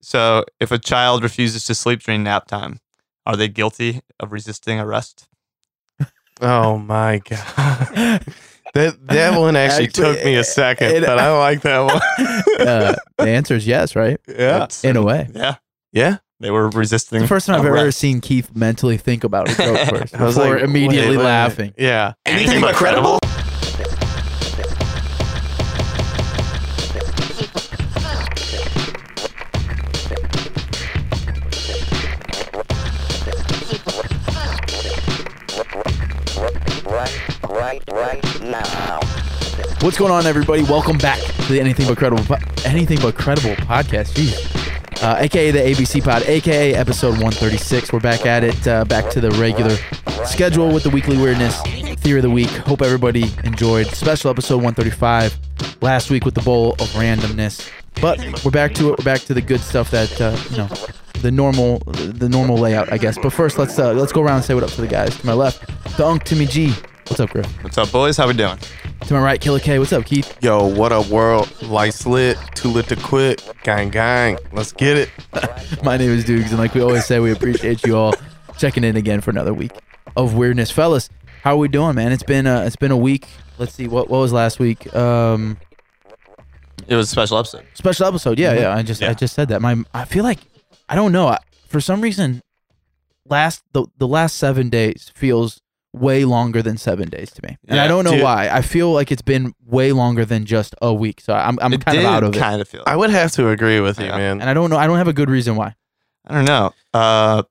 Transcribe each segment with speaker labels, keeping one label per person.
Speaker 1: So, if a child refuses to sleep during nap time, are they guilty of resisting arrest?
Speaker 2: Oh my god. That that one actually took me a second,
Speaker 3: It-
Speaker 2: but I like that one.
Speaker 3: Uh, the answer is yes, right?
Speaker 2: yeah.
Speaker 1: That's-
Speaker 3: In a way.
Speaker 1: yeah,
Speaker 2: Yeah.
Speaker 1: they were resisting.
Speaker 3: The first time I've ever
Speaker 1: arrest.
Speaker 3: seen Keith mentally think about a joke first
Speaker 2: I was
Speaker 3: before
Speaker 2: like
Speaker 3: immediately
Speaker 2: wait, wait,
Speaker 3: laughing.
Speaker 2: Yeah.
Speaker 1: anything but credible.
Speaker 3: What's going on, everybody? Welcome back to the Anything But Credible, po- Anything But Credible podcast. Jeez. Uh, AKA the ABC Pod, AKA episode 136. We're back at it, uh, back to the regular schedule with the weekly weirdness, theory of the week. Hope everybody enjoyed special episode 135 last week with the bowl of randomness. But we're back to it. We're back to the good stuff that uh, you know, the normal, the normal layout, I guess. But first, let's uh, let's go around and say what up to the guys. To my left, the Unc Timmy G. What's up, Griff?
Speaker 1: What's up, boys? How we doing?
Speaker 3: To my right, Killer K. What's up, Keith?
Speaker 2: Yo, what a world. Lights lit, too lit to quit. Gang gang. Let's get it.
Speaker 3: My name is Dukes, and like we always say, we appreciate you all checking in again for another week of weirdness, fellas. How are we doing, man? It's been a, it's been a week. Let's see what what was last week. Um,
Speaker 1: It was a special episode.
Speaker 3: special episode. Yeah, yeah. I just I
Speaker 1: Yeah.
Speaker 3: just said that. My I feel like I don't know. I, for some reason, last the the last seven days feels way longer than seven days to me, and I
Speaker 1: Yeah,
Speaker 3: don't know
Speaker 2: dude.
Speaker 3: why. I feel like it's been way longer than just a week. So I'm I'm
Speaker 1: it
Speaker 3: kind of
Speaker 1: did
Speaker 3: out of it,
Speaker 1: kind of feel.
Speaker 2: I would have to agree with you,
Speaker 1: Yeah.
Speaker 2: man.
Speaker 3: and I don't know. I don't have a good reason why.
Speaker 1: I don't know. Uh,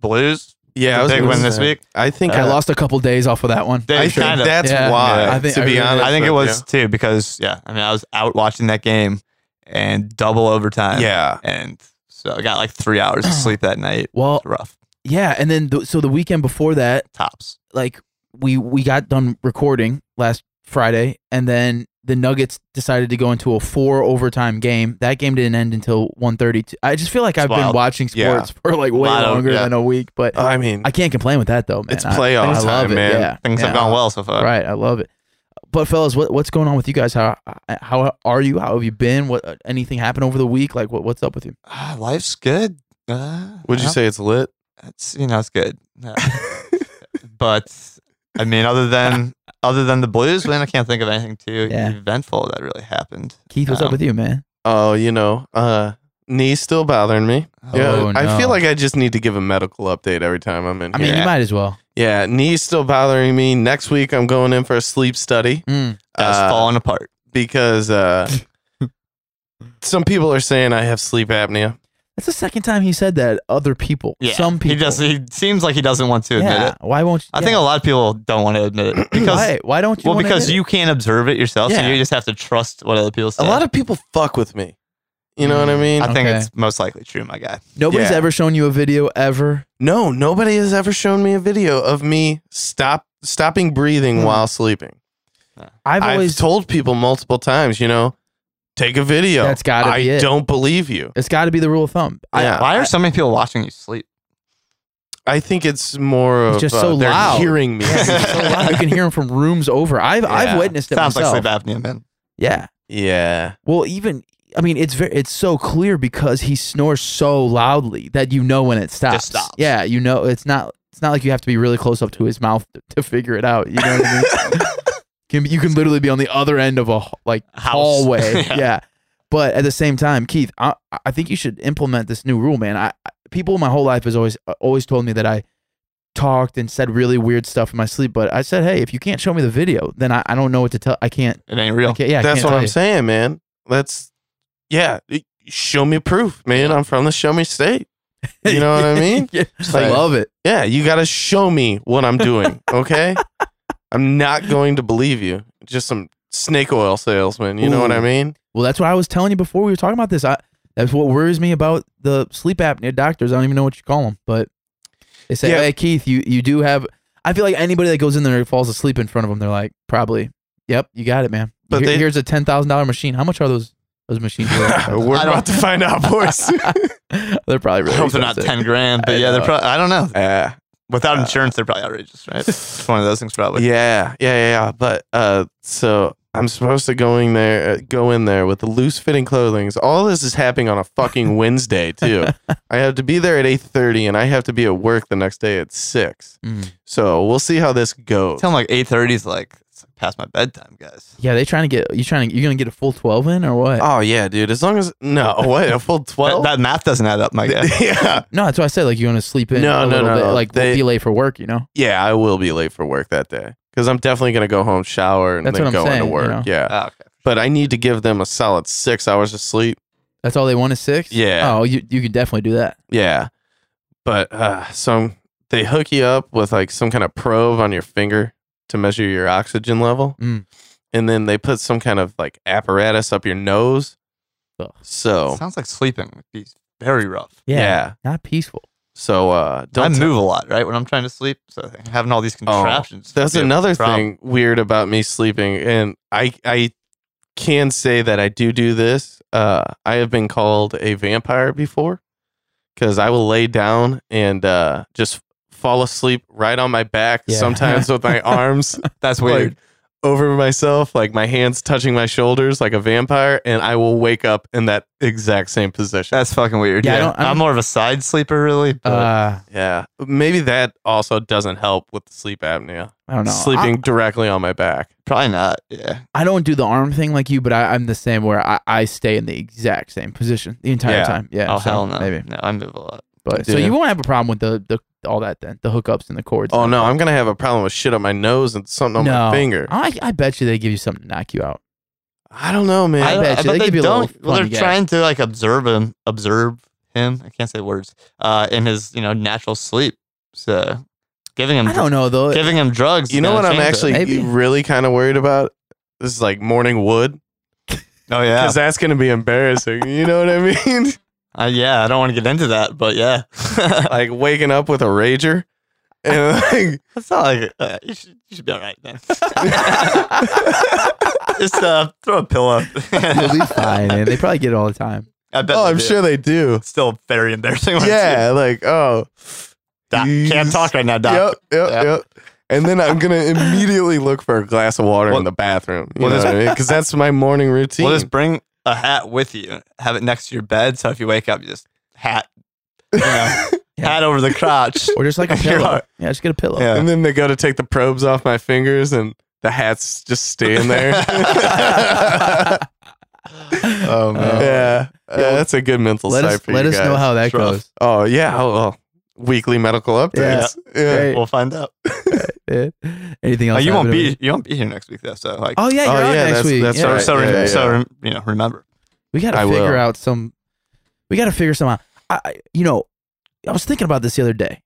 Speaker 1: Blues.
Speaker 2: yeah, I was
Speaker 1: big
Speaker 2: gonna
Speaker 1: win this
Speaker 2: say.
Speaker 1: week.
Speaker 2: I think
Speaker 3: I
Speaker 2: I
Speaker 3: lost a couple days off of that one.
Speaker 1: They
Speaker 2: I think
Speaker 1: kind of.
Speaker 2: that's
Speaker 3: Yeah.
Speaker 2: why.
Speaker 1: Yeah.
Speaker 3: I think-
Speaker 2: to
Speaker 3: I
Speaker 2: be
Speaker 3: really-
Speaker 2: honest,
Speaker 1: I think it
Speaker 2: with
Speaker 1: was too because yeah, I mean I was out watching that game and double
Speaker 2: you.
Speaker 1: overtime.
Speaker 2: Yeah.
Speaker 1: and so I got like three hours of sleep that night.
Speaker 3: Well,
Speaker 1: Rough
Speaker 3: yeah, and then the, so the weekend before that,
Speaker 1: tops.
Speaker 3: like we we got done recording last Friday, and then the Nuggets decided to go into a four overtime game. That game didn't end until 1.30. I just feel like I've been
Speaker 1: wild.
Speaker 3: watching
Speaker 2: Yeah.
Speaker 3: sports for like way
Speaker 1: Lot of-
Speaker 3: longer
Speaker 1: yeah. Uh,
Speaker 3: than a week, but
Speaker 2: I mean,
Speaker 3: I can't complain with that though, man.
Speaker 2: It's
Speaker 3: I-
Speaker 2: playoff
Speaker 3: I, love
Speaker 2: time,
Speaker 3: it.
Speaker 2: man.
Speaker 3: Yeah,
Speaker 1: Things
Speaker 3: yeah.
Speaker 1: have gone well so far.
Speaker 3: Right, I love it. But fellas, what, what's going on with you guys? How how are you? How have you been? What anything happened over the week? Like what, what's up with you?
Speaker 1: Ah, life's good. Uh,
Speaker 2: would you
Speaker 1: yeah,
Speaker 2: say it's lit?
Speaker 1: It's you know it's good. Yeah. but I mean, other than other than the Blues win, I can't think of anything too
Speaker 3: Yeah.
Speaker 1: eventful that really happened.
Speaker 3: Keith, what's up
Speaker 1: Um,
Speaker 3: with you, man?
Speaker 2: Oh, you know, uh, knees still bothering me. Yeah,
Speaker 3: Oh,
Speaker 2: I
Speaker 3: no.
Speaker 2: feel like I just need to give a medical update every time I'm in.
Speaker 3: I mean,
Speaker 2: here.
Speaker 3: you might as well.
Speaker 2: yeah, knees still bothering me. Next week, I'm going in for a sleep study
Speaker 3: Mm.
Speaker 1: That's
Speaker 2: uh,
Speaker 1: falling apart.
Speaker 2: because uh, some people are saying I have sleep apnea.
Speaker 3: That's the second time he said that. Other people,
Speaker 1: Yeah,
Speaker 3: some people.
Speaker 1: He just he seems like he doesn't want to admit
Speaker 3: yeah.
Speaker 1: it.
Speaker 3: Why won't you?
Speaker 1: I think a lot of people don't want to admit it because
Speaker 3: why? Why don't you?
Speaker 1: well
Speaker 3: wanna
Speaker 1: because
Speaker 3: admit
Speaker 1: you can't observe it yourself, so
Speaker 2: Yeah.
Speaker 1: you just have to trust what other people say.
Speaker 2: A lot of people fuck with me. You know what
Speaker 3: Mm.
Speaker 2: I mean?
Speaker 1: I think
Speaker 3: Okay.
Speaker 1: it's most likely true, my guy.
Speaker 3: it? nobody's
Speaker 2: yeah.
Speaker 3: ever shown you a video ever.
Speaker 2: No, nobody has ever shown me a video of me stop stopping breathing
Speaker 3: Hmm.
Speaker 2: while sleeping.
Speaker 3: I've
Speaker 2: I've
Speaker 3: always.
Speaker 2: told people multiple times, you know, take a video.
Speaker 3: That's gotta
Speaker 2: I
Speaker 3: be it.
Speaker 2: don't believe you.
Speaker 3: it's got to be the rule of thumb. I-
Speaker 2: Yeah.
Speaker 1: Why are so many people watching you sleep?
Speaker 2: I think it's more of
Speaker 3: It's just
Speaker 2: uh,
Speaker 3: so
Speaker 2: they're
Speaker 3: loud.
Speaker 2: hearing me.
Speaker 3: it's so loud. you can hear them from rooms over. I've I've
Speaker 2: Yeah.
Speaker 3: witnessed it
Speaker 1: Sounds like
Speaker 3: myself.
Speaker 1: sleep apnea, man.
Speaker 3: yeah.
Speaker 2: yeah.
Speaker 3: Well, even I mean, it's very it's so clear because he snores so loudly that you know when it stops.
Speaker 1: stops.
Speaker 3: Yeah, you know it's not it's not like you have to be really close up to his mouth to, to figure it out. You know what I mean? Can be- you can literally be on the other end of a h- like
Speaker 1: House.
Speaker 3: hallway. yeah.
Speaker 1: Yeah.
Speaker 3: But at the same time, Keith, I, I think you should implement this new rule, man. I, I people my whole life has always uh, always told me that I talked and said really weird stuff in my sleep. But I said, hey, if you can't show me the video, then I, I don't know what to tell. I can't.
Speaker 1: It ain't
Speaker 3: I
Speaker 1: real.
Speaker 3: can't yeah, I
Speaker 2: That's
Speaker 3: can't
Speaker 2: what
Speaker 3: tell
Speaker 2: I'm
Speaker 3: you.
Speaker 2: saying, man. That's yeah. it- Show me proof, man. I'm from the show me state. You know what I mean?
Speaker 3: Yeah. I
Speaker 2: Like-
Speaker 3: love it.
Speaker 2: Yeah, you gotta show me what I'm doing. Okay. I'm not going to believe you. Just some snake oil salesman. You know what I
Speaker 3: Ooh.
Speaker 2: mean?
Speaker 3: Well, that's what I was telling you before we were talking about this. I that's what worries me about the sleep apnea doctors. I don't even know what you call them, but they say,
Speaker 2: Yeah.
Speaker 3: "Hey, Keith, you you do have." I feel like anybody that goes in there and falls asleep in front of them, they're like, "Probably, yep, you got it, man."
Speaker 2: But
Speaker 3: Here-
Speaker 2: they-
Speaker 3: here's a ten thousand dollar machine. How much are those those machines? worth?
Speaker 2: We're
Speaker 1: I
Speaker 2: about to find out, boys.
Speaker 3: they're probably
Speaker 1: I
Speaker 3: really.
Speaker 1: hope they're not
Speaker 3: expensive.
Speaker 1: ten grand, but
Speaker 3: I
Speaker 1: yeah, they're
Speaker 3: know.
Speaker 1: probably. I don't know.
Speaker 2: Yeah.
Speaker 1: Without
Speaker 2: Uh,
Speaker 1: insurance, they're probably outrageous, right? It's one of those things, probably.
Speaker 2: yeah, yeah, yeah. yeah. But uh, so I'm supposed to going there, uh, go in there with the loose fitting clothing. All this is happening on a fucking Wednesday too. I have to be there at 8:30, and I have to be at work the next day at six.
Speaker 1: Mm.
Speaker 2: So we'll see how this goes.
Speaker 1: Tell him like eight thirty is like it's past my bedtime, guys.
Speaker 3: Yeah, they trying to get you trying to you're gonna get a full twelve in or what?
Speaker 2: oh yeah, dude. As long as no, what a full
Speaker 1: Well,
Speaker 2: twelve.
Speaker 1: that, that math doesn't add up, my guy.
Speaker 2: yeah,
Speaker 3: no, that's why I said like you want to sleep in
Speaker 2: No,
Speaker 3: a
Speaker 2: no,
Speaker 3: little
Speaker 2: no,
Speaker 3: bit,
Speaker 2: no.
Speaker 3: like
Speaker 2: They-
Speaker 3: be late for work, you know.
Speaker 2: yeah. I will be late for work that day because I'm definitely gonna go home, shower, and
Speaker 3: That's
Speaker 2: then
Speaker 3: what I'm
Speaker 2: go
Speaker 3: saying,
Speaker 2: into
Speaker 3: you
Speaker 2: work.
Speaker 3: know.
Speaker 2: Yeah,
Speaker 1: Oh, okay.
Speaker 2: but I need to give them a solid six hours of sleep.
Speaker 3: That's all they want is six.
Speaker 2: Yeah.
Speaker 3: Oh, you you could definitely do that.
Speaker 2: Yeah. But uh, so they hook you up with like some kind of probe on your finger to measure your oxygen level.
Speaker 3: Mm.
Speaker 2: And then they put some kind of like apparatus up your nose.
Speaker 3: Ugh. Oh.
Speaker 2: So,
Speaker 1: Sounds like sleeping would be very rough.
Speaker 2: yeah.
Speaker 3: Not peaceful.
Speaker 2: So, uh,
Speaker 1: I
Speaker 2: don't.
Speaker 1: move a lot, right? When I'm trying to sleep, so having all these
Speaker 3: Oh,
Speaker 1: contraptions. would
Speaker 2: that's
Speaker 1: be a
Speaker 2: another
Speaker 1: problem.
Speaker 2: thing weird about me sleeping. And I, I can say that I do do this. Uh, I have been called a vampire before because I will lay down and uh, just fall asleep right on my back,
Speaker 3: Yeah.
Speaker 2: sometimes with my arms
Speaker 1: That's
Speaker 2: like,
Speaker 1: weird.
Speaker 2: over myself, like my hands touching my shoulders like a vampire, and I will wake up in that exact same position.
Speaker 1: that's fucking weird.
Speaker 3: Yeah, I
Speaker 1: Yeah,
Speaker 3: don't- I don't-
Speaker 1: I'm more of a side sleeper, really. But
Speaker 3: Uh,
Speaker 2: yeah. Maybe that also doesn't help with the sleep apnea.
Speaker 3: I don't know.
Speaker 2: Sleeping directly on my back.
Speaker 1: probably not. Yeah,
Speaker 3: I don't do the arm thing like you, but I, I'm the same where I, I stay in the exact same position the entire
Speaker 2: Yeah.
Speaker 3: time. Yeah.
Speaker 1: oh
Speaker 3: so
Speaker 1: hell no.
Speaker 3: Maybe.
Speaker 1: No, I move a lot.
Speaker 3: But so
Speaker 2: Yeah.
Speaker 3: you won't have a problem with the, the all that then the hookups and the cords.
Speaker 2: Oh no, I'm gonna have a problem with shit on my nose and something on
Speaker 3: No.
Speaker 2: my finger.
Speaker 3: I I bet you they give you something to knock you out.
Speaker 2: I don't know, man.
Speaker 3: I bet you
Speaker 1: but
Speaker 3: they give you a little
Speaker 1: well,
Speaker 3: fun
Speaker 1: they're
Speaker 3: gag.
Speaker 1: trying to like observe him, observe him. I can't say words. Uh, in his you know natural sleep. So giving him,
Speaker 3: I don't know though.
Speaker 1: giving him drugs. is
Speaker 2: you know
Speaker 1: gonna
Speaker 2: what I'm
Speaker 1: change it.
Speaker 2: actually
Speaker 3: Maybe.
Speaker 2: really kind of worried about? This is like morning wood
Speaker 1: Oh yeah,
Speaker 2: because that's gonna be embarrassing. you know what I mean?
Speaker 1: uh, yeah. I don't want to get into that, but yeah,
Speaker 2: like waking up with a rager and like
Speaker 1: that's not like uh, you should you should be all right then. Just uh, throw a pillow.
Speaker 3: You'll be fine, man. They probably get it all the time.
Speaker 1: I bet
Speaker 2: oh,
Speaker 1: they
Speaker 2: I'm
Speaker 1: do.
Speaker 2: sure they do.
Speaker 1: It's still very embarrassing. when I see
Speaker 2: Yeah, like oh,
Speaker 1: Doc, can't
Speaker 2: he's-
Speaker 1: talk right now, Doc.
Speaker 2: Yep, yep,
Speaker 1: Yeah.
Speaker 2: yep. And then I'm gonna immediately look for a glass of water
Speaker 1: Well-
Speaker 2: in the bathroom. You
Speaker 1: well,
Speaker 2: know
Speaker 1: this-
Speaker 2: what I mean? Because that's my morning routine.
Speaker 1: Well, just bring a hat with you. Have it next to your bed, so if you wake up, you just hat, you know, hat over the crotch.
Speaker 3: Or just like a
Speaker 1: You're
Speaker 3: pillow.
Speaker 1: all-
Speaker 3: Yeah, just get a pillow.
Speaker 1: Yeah.
Speaker 2: and then they go to take the probes off my fingers, and the hats just staying there. yeah,
Speaker 1: Oh
Speaker 2: Uh, that's a good mental
Speaker 3: Let
Speaker 2: site
Speaker 3: us
Speaker 2: for
Speaker 3: let
Speaker 2: you
Speaker 3: us
Speaker 2: guys.
Speaker 3: know how that
Speaker 1: Sure.
Speaker 3: goes.
Speaker 2: oh yeah, oh, oh, weekly medical updates. Yeah.
Speaker 3: Great.
Speaker 1: we'll find out.
Speaker 3: Yeah. Anything
Speaker 1: Oh,
Speaker 3: else?
Speaker 1: you won't
Speaker 3: happening?
Speaker 1: be you won't be here next week though. So like,
Speaker 3: Oh yeah, you're
Speaker 2: Oh,
Speaker 3: on
Speaker 2: yeah,
Speaker 3: next
Speaker 2: that's-
Speaker 3: week.
Speaker 2: that's
Speaker 3: yeah.
Speaker 1: so
Speaker 2: right.
Speaker 1: so,
Speaker 2: Yeah, yeah,
Speaker 1: so
Speaker 2: yeah.
Speaker 1: you know remember.
Speaker 3: We got to
Speaker 2: I
Speaker 3: figure
Speaker 2: will.
Speaker 3: out some. We got to figure some out. I, I- you know, I was thinking about this the other day.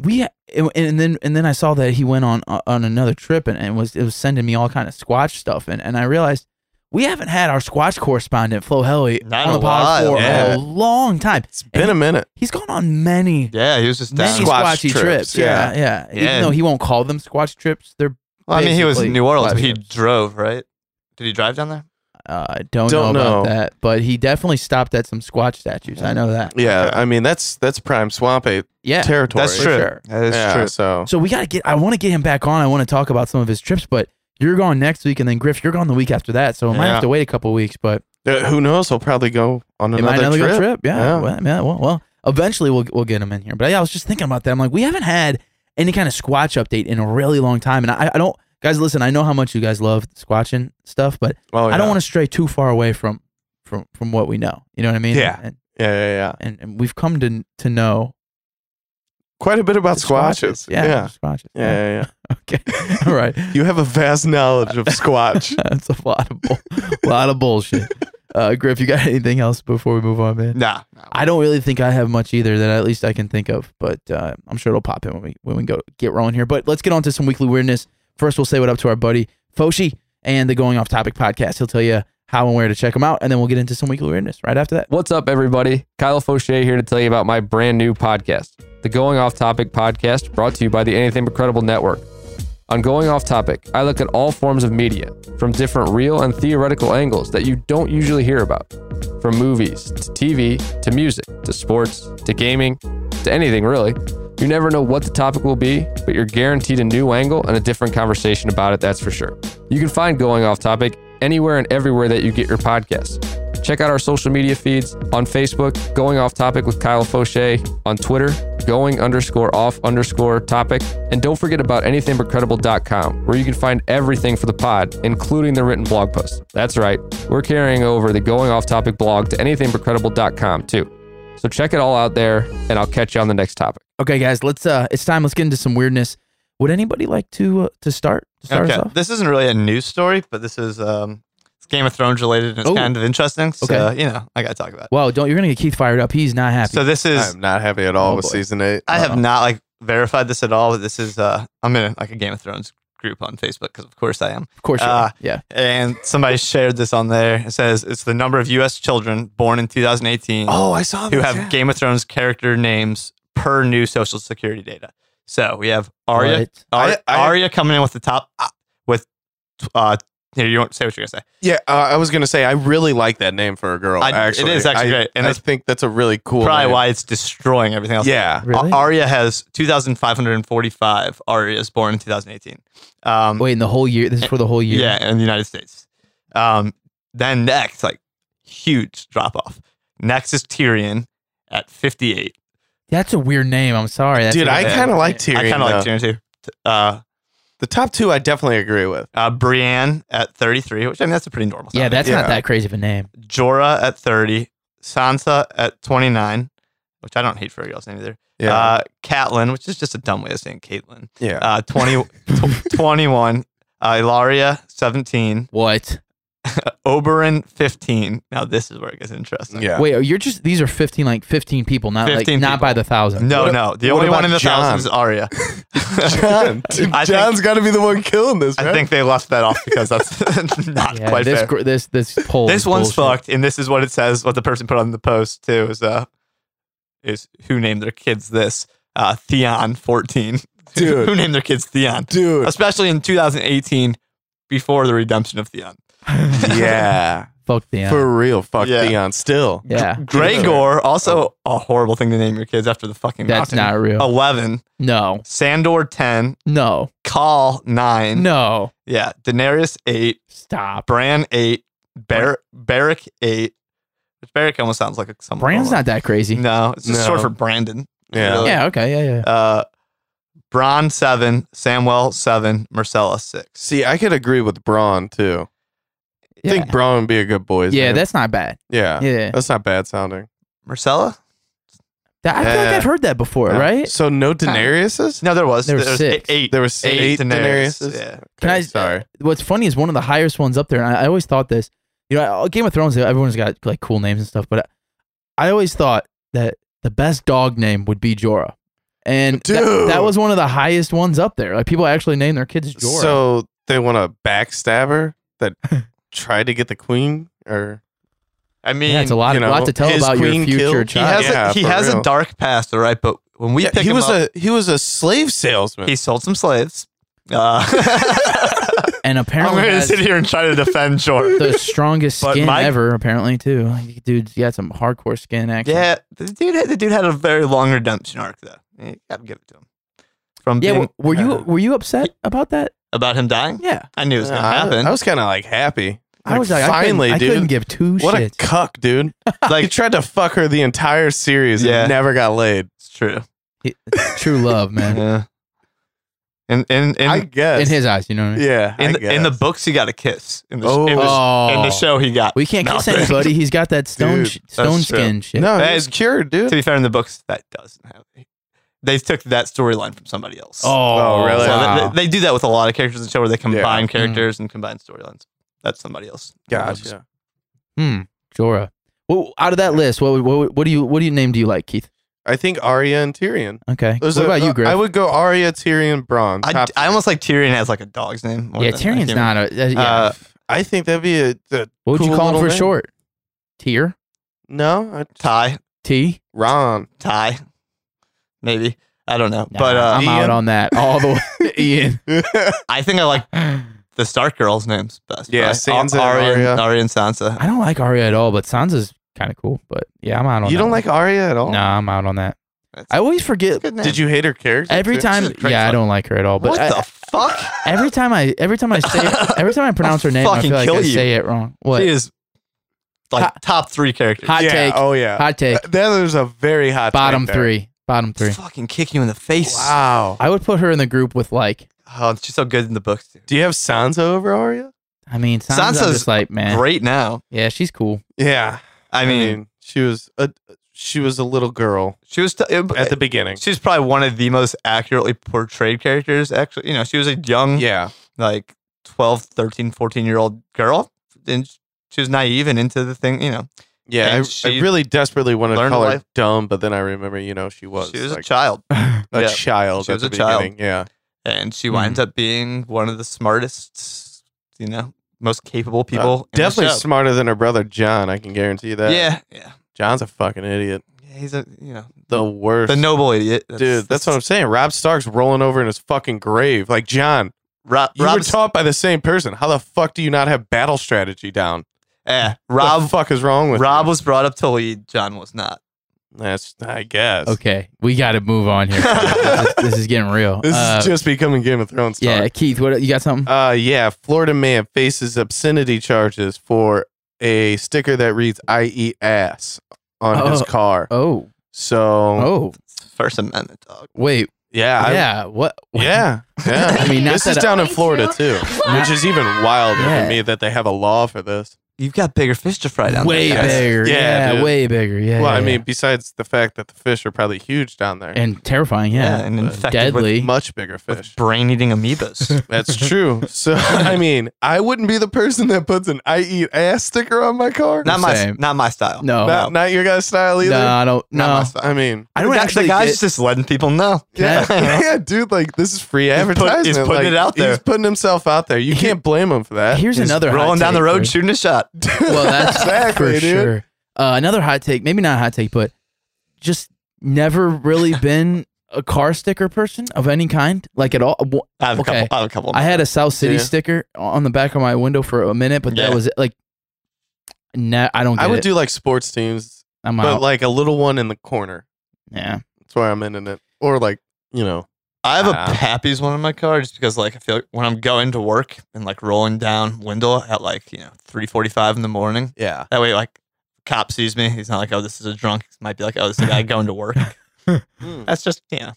Speaker 3: We ha- and, and then and then I saw that he went on uh, on another trip and, and was it was sending me all kind of Squatch stuff and, and I realized we haven't had our Squatch correspondent Flo Helly
Speaker 1: Not
Speaker 3: on
Speaker 1: in
Speaker 3: the
Speaker 1: a
Speaker 3: pod
Speaker 1: while,
Speaker 3: for a
Speaker 2: yeah.
Speaker 3: long time.
Speaker 2: It's been a minute.
Speaker 3: He's gone on many
Speaker 1: Yeah, he was just
Speaker 3: many
Speaker 1: down.
Speaker 2: Squatch
Speaker 3: Squatchy trips.
Speaker 2: trips,
Speaker 3: Yeah, yeah.
Speaker 1: Yeah.
Speaker 3: Even though he won't call them Squatch trips, they're
Speaker 1: Well, I mean, he was in
Speaker 3: basically
Speaker 1: New Orleans. but He
Speaker 3: Squatch trips.
Speaker 1: drove right. Did he drive down there?
Speaker 3: uh, I don't,
Speaker 2: Don't
Speaker 3: know about
Speaker 2: know.
Speaker 3: that, but he definitely stopped at some Squatch statues. I know that.
Speaker 2: Yeah,
Speaker 1: Okay.
Speaker 2: I mean that's that's prime swamp ape
Speaker 3: Yeah,
Speaker 2: territory.
Speaker 1: That's
Speaker 3: For
Speaker 1: true.
Speaker 3: sure.
Speaker 1: That is
Speaker 2: yeah,
Speaker 1: true.
Speaker 2: So
Speaker 3: So we got to get. I want to get him back on. I want to talk about some of his trips, but you're gone next week, and then Griff, you're gone the week after that. So I might
Speaker 1: Yeah.
Speaker 3: have to wait a couple weeks, but
Speaker 2: Uh, who knows? He'll probably go on
Speaker 3: it might
Speaker 2: another,
Speaker 3: another
Speaker 2: trip.
Speaker 3: good trip. Yeah,
Speaker 2: Yeah.
Speaker 3: Well, yeah, well, well, eventually we'll we'll get him in here. But yeah, I was just thinking about that. I'm like, we haven't had any kind of Squatch update in a really long time, and I, I don't. Guys, listen. I know how much you guys love squatching stuff, but
Speaker 2: Oh, yeah.
Speaker 3: I don't want to stray too far away from from from what we know. You know what I mean?
Speaker 2: Yeah.
Speaker 3: And
Speaker 2: Yeah, yeah, yeah.
Speaker 3: and, and we've come to to know
Speaker 2: Quite a bit about
Speaker 3: the
Speaker 2: squatches.
Speaker 3: Yeah,
Speaker 2: Yeah. Yeah,
Speaker 3: squatches.
Speaker 2: yeah, yeah.
Speaker 3: Okay. All right.
Speaker 2: You have a vast knowledge of squatch.
Speaker 3: That's a lot of bull, lot of bullshit. Uh, Griff, you got anything else before we move on, man?
Speaker 1: Nah, nah.
Speaker 3: I don't really think I have much either that at least I can think of, but uh, I'm sure it'll pop in when we when we go get rolling here. But let's get on to some weekly weirdness. First, we'll say what up to our buddy Foshi and the Going Off Topic podcast. He'll tell you how and where to check him out, and then we'll get into some weekly weirdness right after that.
Speaker 4: What's up, everybody? Kyle Fauché here to tell you about my brand new podcast, the Going Off Topic podcast, brought to you by the Anything But Credible Network. On Going Off Topic, I look at all forms of media from different real and theoretical angles that you don't usually hear about. From movies to TV to music to sports to gaming to anything really. You never know what the topic will be, but you're guaranteed a new angle and a different conversation about it, that's for sure. You can find Going Off Topic anywhere and everywhere that you get your podcasts. Check out our social media feeds on Facebook, Going Off Topic with Kyle Fauché, on Twitter, Going underscore off underscore topic, and don't forget about anythingbutcredible.com, where you can find everything for the pod, including the written blog posts. That's right, we're carrying over the Going Off Topic blog to anythingbutcredible.com too. So check it all out there, and I'll catch you on the next topic.
Speaker 3: Okay, guys, let's. uh It's time. Let's get into some weirdness. Would anybody like to uh, to start? To start us
Speaker 1: Okay.
Speaker 3: off.
Speaker 1: This isn't really a news story, but this is um, it's Game of Thrones related and it's
Speaker 3: Oh.
Speaker 1: kind of interesting. So,
Speaker 3: Okay.
Speaker 1: you know, I got to talk about it.
Speaker 3: Wow, don't you're gonna get Keith fired up? He's not happy.
Speaker 1: So, this is,
Speaker 2: I'm not happy at all
Speaker 3: Oh,
Speaker 2: with
Speaker 3: boy.
Speaker 2: season eight.
Speaker 1: I
Speaker 3: Uh-oh.
Speaker 1: have not like verified this at all, but this is, uh, I'm in like a Game of Thrones group on Facebook because, of course, I am.
Speaker 3: of course, you
Speaker 1: uh,
Speaker 3: are. yeah.
Speaker 1: And somebody shared this on there. It says it's the number of U.S. children born in 2018
Speaker 2: Oh, I saw that.
Speaker 1: who have Game of Thrones character names per new Social Security data. So we have Arya,
Speaker 3: What?
Speaker 1: Ar-
Speaker 2: I- I-
Speaker 1: Arya coming in with the top uh, with uh. Here, you won't say what you're gonna say.
Speaker 2: Yeah, uh, I was gonna say I really like that name for a girl.
Speaker 1: I- it
Speaker 2: actually,
Speaker 1: is actually
Speaker 2: I,
Speaker 1: great, and
Speaker 2: I
Speaker 1: it's
Speaker 2: think that's a really cool.
Speaker 1: Probably
Speaker 2: name.
Speaker 1: why it's destroying everything else.
Speaker 2: Yeah,
Speaker 1: A-
Speaker 3: Really?
Speaker 1: Arya has 2,545 Aryas born in 2018. Um,
Speaker 3: Wait, in the whole year. This is for the whole year.
Speaker 1: Yeah, in the United States. Um, then next, like huge drop off. Next is Tyrion at 58.
Speaker 3: That's a weird name. I'm sorry. That's
Speaker 2: dude,
Speaker 3: a-
Speaker 2: I
Speaker 1: Yeah.
Speaker 2: kind of like Tyrion.
Speaker 1: I kind of like Tyrion too. T- Uh,
Speaker 2: The top two, I definitely agree with.
Speaker 1: uh, Brienne at 33, which I mean that's a pretty normal.
Speaker 3: yeah,
Speaker 1: size.
Speaker 3: that's
Speaker 2: Yeah.
Speaker 3: not that crazy of a name.
Speaker 1: Jorah at 30, Sansa at 29, which I don't hate for a girl's name either.
Speaker 2: Yeah,
Speaker 1: Uh, Catelyn, which is just a dumb way of saying Caitlyn.
Speaker 2: yeah.
Speaker 1: Uh, 20, tw- 21. Uh, Ilaria, 17.
Speaker 3: What?
Speaker 1: Oberon, 15. Now, this is where it gets interesting.
Speaker 2: yeah.
Speaker 3: Wait, oh, you're just these are 15 like 15 people, not like
Speaker 1: 15
Speaker 3: not by the thousand.
Speaker 1: No,
Speaker 2: What a-
Speaker 1: no. The
Speaker 2: what
Speaker 1: only one
Speaker 2: about
Speaker 1: in the
Speaker 2: John?
Speaker 1: thousands is Arya.
Speaker 2: John, dude,
Speaker 1: I think-
Speaker 2: John's got to be the one killing this.
Speaker 1: I
Speaker 2: right?
Speaker 1: think they left that off because that's not
Speaker 3: Yeah,
Speaker 1: quite
Speaker 3: this
Speaker 1: fair.
Speaker 3: gr- this this poll.
Speaker 1: this
Speaker 3: is
Speaker 1: one's
Speaker 3: bullshit.
Speaker 1: fucked, and this is what it says. What the person put on the post too is uh, is who named their kids this? Uh, Theon fourteen.
Speaker 2: Dude.
Speaker 1: who named their kids Theon?
Speaker 2: dude.
Speaker 1: Especially in 2018, before the redemption of Theon.
Speaker 2: yeah,
Speaker 3: Fuck the
Speaker 2: for real. Fuck
Speaker 1: Yeah.
Speaker 2: Theon. Still,
Speaker 3: yeah.
Speaker 1: Gregor, also a horrible thing to name your kids after the fucking.
Speaker 3: That's
Speaker 1: mountain.
Speaker 3: not
Speaker 2: Oh.
Speaker 3: real.
Speaker 1: Eleven.
Speaker 3: No,
Speaker 1: Sandor ten.
Speaker 3: no,
Speaker 1: Call nine.
Speaker 3: no.
Speaker 1: Yeah. Daenerys eight.
Speaker 3: Stop.
Speaker 1: Bran eight, Bar- Barrick eight. Which Barrick almost sounds like a something.
Speaker 3: Brand's not that crazy.
Speaker 1: No, it's just
Speaker 2: No.
Speaker 1: short for Brandon.
Speaker 2: Yeah.
Speaker 1: Really.
Speaker 3: Yeah. Okay. Yeah. Yeah.
Speaker 1: Uh, Bron seven, Samwell seven, Marcella six.
Speaker 2: See, I could agree with Braun too. I
Speaker 3: Yeah.
Speaker 2: think Braun would be a good boy's
Speaker 3: yeah.
Speaker 2: name.
Speaker 3: That's not bad.
Speaker 2: yeah.
Speaker 3: Yeah.
Speaker 2: That's not bad sounding.
Speaker 1: Marcella?
Speaker 3: That- I feel like
Speaker 2: Yeah.
Speaker 3: I've heard that before,
Speaker 2: Yeah.
Speaker 3: right?
Speaker 2: So no Daenerys's.
Speaker 1: No, there was.
Speaker 3: There were
Speaker 1: was
Speaker 3: six.
Speaker 1: e- eight.
Speaker 2: There was
Speaker 1: Eight
Speaker 2: eight,
Speaker 1: Daenerys.
Speaker 2: Daenerys's.
Speaker 1: Yeah.
Speaker 3: Can I- uh,
Speaker 2: Sorry.
Speaker 3: What's funny is one of the highest ones up there, and I, I always thought this. You know, I- Game of Thrones, everyone's got like cool names and stuff, but I, I always thought that the best dog name would be Jorah, and that,
Speaker 2: Dude.
Speaker 3: that was one of the highest ones up there. Like people actually name their kids Jorah.
Speaker 2: So they want a backstabber that tried to get the queen, or
Speaker 1: I mean,
Speaker 3: yeah, it's a lot,
Speaker 2: you
Speaker 3: a lot
Speaker 2: know,
Speaker 3: to tell
Speaker 2: his
Speaker 3: about your
Speaker 2: queen
Speaker 3: future
Speaker 2: killed-
Speaker 1: he
Speaker 3: child.
Speaker 1: has,
Speaker 2: Yeah,
Speaker 1: a, he
Speaker 2: for
Speaker 1: has a
Speaker 2: real.
Speaker 1: dark past, all right, but when we
Speaker 2: Yeah,
Speaker 1: pick
Speaker 2: he
Speaker 1: him
Speaker 2: was
Speaker 1: up,
Speaker 2: a he was a slave salesman.
Speaker 1: he sold some slaves. Uh,
Speaker 3: and
Speaker 1: I'm
Speaker 3: apparently
Speaker 1: going to
Speaker 3: has
Speaker 1: sit here and try to defend Jordan.
Speaker 3: the strongest
Speaker 1: But
Speaker 3: skin
Speaker 1: my-
Speaker 3: ever, apparently too. Like, Dude, you got some hardcore skin action.
Speaker 1: Yeah, the dude. Had, the dude had a very long redemption arc, though. You gotta give it to him. From
Speaker 3: Yeah,
Speaker 1: being,
Speaker 3: w- were you
Speaker 1: uh,
Speaker 3: were you upset about that?
Speaker 1: about him dying?
Speaker 3: Yeah,
Speaker 1: I knew it was
Speaker 2: Uh,
Speaker 1: gonna
Speaker 2: I-
Speaker 1: happen.
Speaker 2: I, was kind of like happy.
Speaker 3: I was like,
Speaker 2: finally,
Speaker 3: I couldn't,
Speaker 2: dude.
Speaker 3: I couldn't give two
Speaker 2: what
Speaker 3: shits.
Speaker 2: a cuck, dude! he
Speaker 1: like,
Speaker 2: tried to fuck her the entire series
Speaker 1: Yeah.
Speaker 2: and never got laid.
Speaker 1: it's true.
Speaker 3: He- True love, man.
Speaker 1: Yeah. And in in
Speaker 2: I
Speaker 1: in,
Speaker 2: guess.
Speaker 3: In his eyes, you know what I mean?
Speaker 2: yeah, I
Speaker 1: in, the, in the
Speaker 2: guess.
Speaker 1: books, he got a kiss. In the, sh-
Speaker 2: Oh.
Speaker 1: in, the, sh- in the
Speaker 3: Oh.
Speaker 1: show, he got.
Speaker 3: We can't kiss
Speaker 1: nothing.
Speaker 3: anybody. He's got that stone
Speaker 2: Dude,
Speaker 3: sh- stone
Speaker 1: that's true.
Speaker 3: skin shit.
Speaker 2: no,
Speaker 1: That
Speaker 2: he's
Speaker 1: is-
Speaker 2: cured, dude.
Speaker 1: to be fair, in the books, that doesn't happen. They took that storyline from somebody else.
Speaker 2: Oh, really?
Speaker 1: So they-
Speaker 3: wow.
Speaker 1: they, they do that with a lot of characters in the show where they combine
Speaker 3: Yeah.
Speaker 1: characters and combine storylines. That's somebody else.
Speaker 2: Gotcha.
Speaker 3: Hmm. Jorah. Well, out of that list, what, what what do you what do you name do you like, Keith?
Speaker 2: I think Arya and Tyrion.
Speaker 3: Okay.
Speaker 2: Those
Speaker 3: what
Speaker 2: are-
Speaker 3: about you, Griff?
Speaker 2: uh, I would go Arya, Tyrion, Braun.
Speaker 1: I, I almost like Tyrion as like a dog's name. more
Speaker 3: yeah,
Speaker 1: than- I can't
Speaker 3: Tyrion's not a. Uh, yeah.
Speaker 1: Uh,
Speaker 2: I think that'd be a, a
Speaker 3: what would you
Speaker 2: cool
Speaker 3: call him
Speaker 2: little
Speaker 3: for
Speaker 2: name.
Speaker 3: short? Tyr?
Speaker 2: no. I,
Speaker 1: Ty.
Speaker 3: T?
Speaker 2: Ron.
Speaker 1: Ty, maybe. I don't know.
Speaker 3: Nah,
Speaker 1: but uh,
Speaker 3: I'm out
Speaker 2: Ian?
Speaker 3: on that all the way. Ian.
Speaker 1: I think I like the Stark girls' names best.
Speaker 2: Yeah,
Speaker 1: probably.
Speaker 2: Sansa and
Speaker 1: Arya, and-
Speaker 2: Arya.
Speaker 1: Arya and Sansa.
Speaker 3: I don't like Arya at all, but Sansa's kind of cool. But yeah, I'm out on.
Speaker 2: you
Speaker 3: that
Speaker 2: don't
Speaker 3: one.
Speaker 2: like Arya at all?
Speaker 3: Nah, I'm out on that.
Speaker 1: That's-
Speaker 3: I always forget
Speaker 1: Good name.
Speaker 2: Did you hate her character?
Speaker 3: every
Speaker 2: too?
Speaker 3: time.
Speaker 2: She's a crazy
Speaker 3: Yeah, I don't like her at all. But
Speaker 1: what
Speaker 3: I-
Speaker 1: the fuck?
Speaker 3: every time I every time I say every time I pronounce her name, I
Speaker 1: fucking
Speaker 3: feel like I
Speaker 1: kill you.
Speaker 3: say it wrong. What?
Speaker 1: She is like
Speaker 3: Hot-
Speaker 1: top three characters.
Speaker 3: hot
Speaker 2: yeah.
Speaker 3: take.
Speaker 2: Oh yeah.
Speaker 3: hot take.
Speaker 2: Th- That was a very hot.
Speaker 3: Bottom
Speaker 2: take there.
Speaker 3: three. Bottom three.
Speaker 1: Fucking kick you in the face.
Speaker 2: Wow.
Speaker 3: I would put her in the group with like.
Speaker 1: Oh, she's so good in the books. Dude.
Speaker 2: Do you have Sansa over Arya?
Speaker 3: I mean, Sansa's, I'm
Speaker 1: Sansa's
Speaker 3: just like man.
Speaker 1: Great now.
Speaker 3: Yeah, she's cool.
Speaker 2: Yeah.
Speaker 1: I mean,
Speaker 2: she was a she was a little girl
Speaker 1: she was t-
Speaker 2: at the beginning.
Speaker 1: she's probably one of the most accurately portrayed characters. Actually, you know, she was a young,
Speaker 2: Yeah.
Speaker 1: like 12, 13, 14 year old girl, and she was naive and into the thing. You know, And
Speaker 2: Yeah. I, I
Speaker 1: she
Speaker 2: really desperately wanted to
Speaker 1: learned
Speaker 2: call her
Speaker 1: life-
Speaker 2: dumb, but then I remember, you know, she was
Speaker 1: she was a
Speaker 2: like
Speaker 1: child,
Speaker 2: a
Speaker 1: yeah.
Speaker 2: child
Speaker 1: She
Speaker 2: at
Speaker 1: was
Speaker 2: the
Speaker 1: a child.
Speaker 2: beginning. Yeah.
Speaker 1: and she winds up being one of the smartest, you know, most capable people. in the
Speaker 2: Definitely
Speaker 1: show.
Speaker 2: smarter than her brother John, I can guarantee that.
Speaker 1: Yeah, yeah,
Speaker 2: John's a fucking idiot.
Speaker 1: yeah. He's a you know
Speaker 2: The worst.
Speaker 1: the noble idiot,
Speaker 2: Dude, that's what I'm saying. Rob Stark's rolling over in his fucking grave. Like, John,
Speaker 1: Rob.
Speaker 2: you
Speaker 1: Rob,
Speaker 2: were taught by the same person. How the fuck do you not have battle strategy down?
Speaker 1: eh,
Speaker 2: Rob, the
Speaker 1: Rob,
Speaker 2: fuck is wrong with
Speaker 1: Rob
Speaker 2: you?
Speaker 1: was brought up to lead. John was not.
Speaker 2: That's, I guess.
Speaker 3: Okay, we got to move on here. this, this is getting real.
Speaker 2: This
Speaker 3: Uh,
Speaker 2: is just becoming Game of Thrones.
Speaker 3: yeah,
Speaker 2: Talk.
Speaker 3: Keith, what you got something?
Speaker 2: Uh, yeah. Florida man faces obscenity charges for a sticker that reads "I eat ass" on his
Speaker 3: Oh.
Speaker 2: car.
Speaker 3: oh,
Speaker 2: So,
Speaker 3: oh,
Speaker 1: First Amendment dog.
Speaker 3: wait,
Speaker 2: yeah, I-
Speaker 3: yeah, what?
Speaker 2: yeah, yeah.
Speaker 3: I mean, not
Speaker 2: this
Speaker 3: that
Speaker 2: is
Speaker 3: I-
Speaker 2: down in Florida too, which is even wilder
Speaker 3: Yeah.
Speaker 2: to me that they have a law for this.
Speaker 1: You've got bigger fish to fry down
Speaker 3: way
Speaker 1: there. guys.
Speaker 3: bigger.
Speaker 2: Yeah,
Speaker 3: Yeah,
Speaker 2: dude.
Speaker 3: way bigger. Yeah.
Speaker 2: well,
Speaker 3: yeah,
Speaker 2: I mean,
Speaker 3: yeah.
Speaker 2: besides the fact that the fish are probably huge down there,
Speaker 3: and terrifying. Yeah,
Speaker 1: Yeah, and infected
Speaker 3: deadly.
Speaker 2: much bigger
Speaker 1: with
Speaker 2: fish.
Speaker 1: brain-eating amoebas.
Speaker 2: That's true. So, I mean, I wouldn't be the person that puts an "I eat ass" sticker on my car.
Speaker 1: not my,
Speaker 3: Same.
Speaker 1: not my style.
Speaker 3: no,
Speaker 2: not, not your guys' style either.
Speaker 3: no, I don't. No,
Speaker 1: not my style.
Speaker 2: I mean,
Speaker 3: I don't
Speaker 1: the, guy-
Speaker 3: actually.
Speaker 1: The guy's
Speaker 3: get-
Speaker 1: just letting people know.
Speaker 2: Yeah,
Speaker 1: Yeah.
Speaker 2: yeah, dude. Like this is free
Speaker 1: put- he's
Speaker 2: advertisement.
Speaker 1: putting
Speaker 2: like,
Speaker 1: it out there.
Speaker 2: He's putting himself out there. You can't blame him for that.
Speaker 3: here's
Speaker 1: He's
Speaker 3: another hot
Speaker 1: rolling down the
Speaker 3: take,
Speaker 1: road,
Speaker 3: dude.
Speaker 1: shooting a shot.
Speaker 3: Well, that's
Speaker 2: Exactly,
Speaker 3: for
Speaker 2: dude.
Speaker 3: sure. Uh, another hot take, maybe not a hot take, but just never really been a car sticker person of any kind, like at all. Wh-
Speaker 1: I have a
Speaker 3: Okay.
Speaker 1: couple. I have a couple.
Speaker 3: I had a South City
Speaker 2: Yeah.
Speaker 3: sticker on the back of my window for a minute, but that
Speaker 1: Yeah.
Speaker 3: was it. Like, nah, I don't get
Speaker 2: I would
Speaker 3: it.
Speaker 2: do like sports teams,
Speaker 3: I'm
Speaker 2: but
Speaker 3: out.
Speaker 2: like a little one in the corner.
Speaker 3: yeah,
Speaker 2: That's where I'm in it. Or like you know,
Speaker 1: I have
Speaker 2: Ah.
Speaker 1: a Pappy's one in my car just because, like, I feel like when I'm going to work and like rolling down window at like you know three forty-five in the morning.
Speaker 2: yeah.
Speaker 1: That way, like, cop sees me. He's not like, oh, this is a drunk. He might be like, oh, this is a guy going to work. That's just yeah,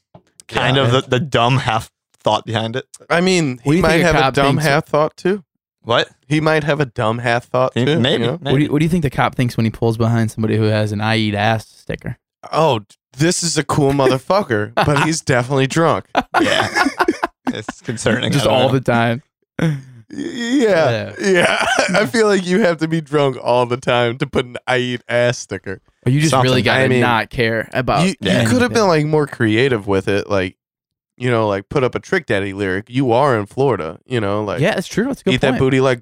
Speaker 1: kind
Speaker 3: Hmm. Yeah.
Speaker 1: of the, the dumb half thought behind it.
Speaker 2: I mean,
Speaker 3: What do
Speaker 2: he
Speaker 3: you
Speaker 2: might
Speaker 3: think a
Speaker 2: have a
Speaker 3: cop
Speaker 2: dumb
Speaker 3: thinks-
Speaker 2: half thought too.
Speaker 1: What?
Speaker 2: He might have a dumb half thought too.
Speaker 1: Maybe.
Speaker 2: you
Speaker 1: maybe.
Speaker 2: know?
Speaker 3: What do, you, what do you think the cop thinks when he pulls behind somebody who has an "I eat ass" sticker?
Speaker 2: Oh, this is a cool motherfucker, but he's definitely drunk.
Speaker 1: yeah. It's concerning.
Speaker 3: Just
Speaker 1: I don't
Speaker 3: all
Speaker 1: know.
Speaker 3: the time.
Speaker 2: Yeah. Yeah. I feel like you have to be drunk all the time to put an I eat ass sticker.
Speaker 3: Or you just
Speaker 1: Something.
Speaker 3: really gotta
Speaker 2: I mean,
Speaker 3: not care about.
Speaker 2: you, you could have been like more creative with it, like you know, like put up a Trick Daddy lyric. You are in Florida, you know, like
Speaker 3: yeah, it's true. That's a good
Speaker 2: eat that
Speaker 3: point.
Speaker 2: booty like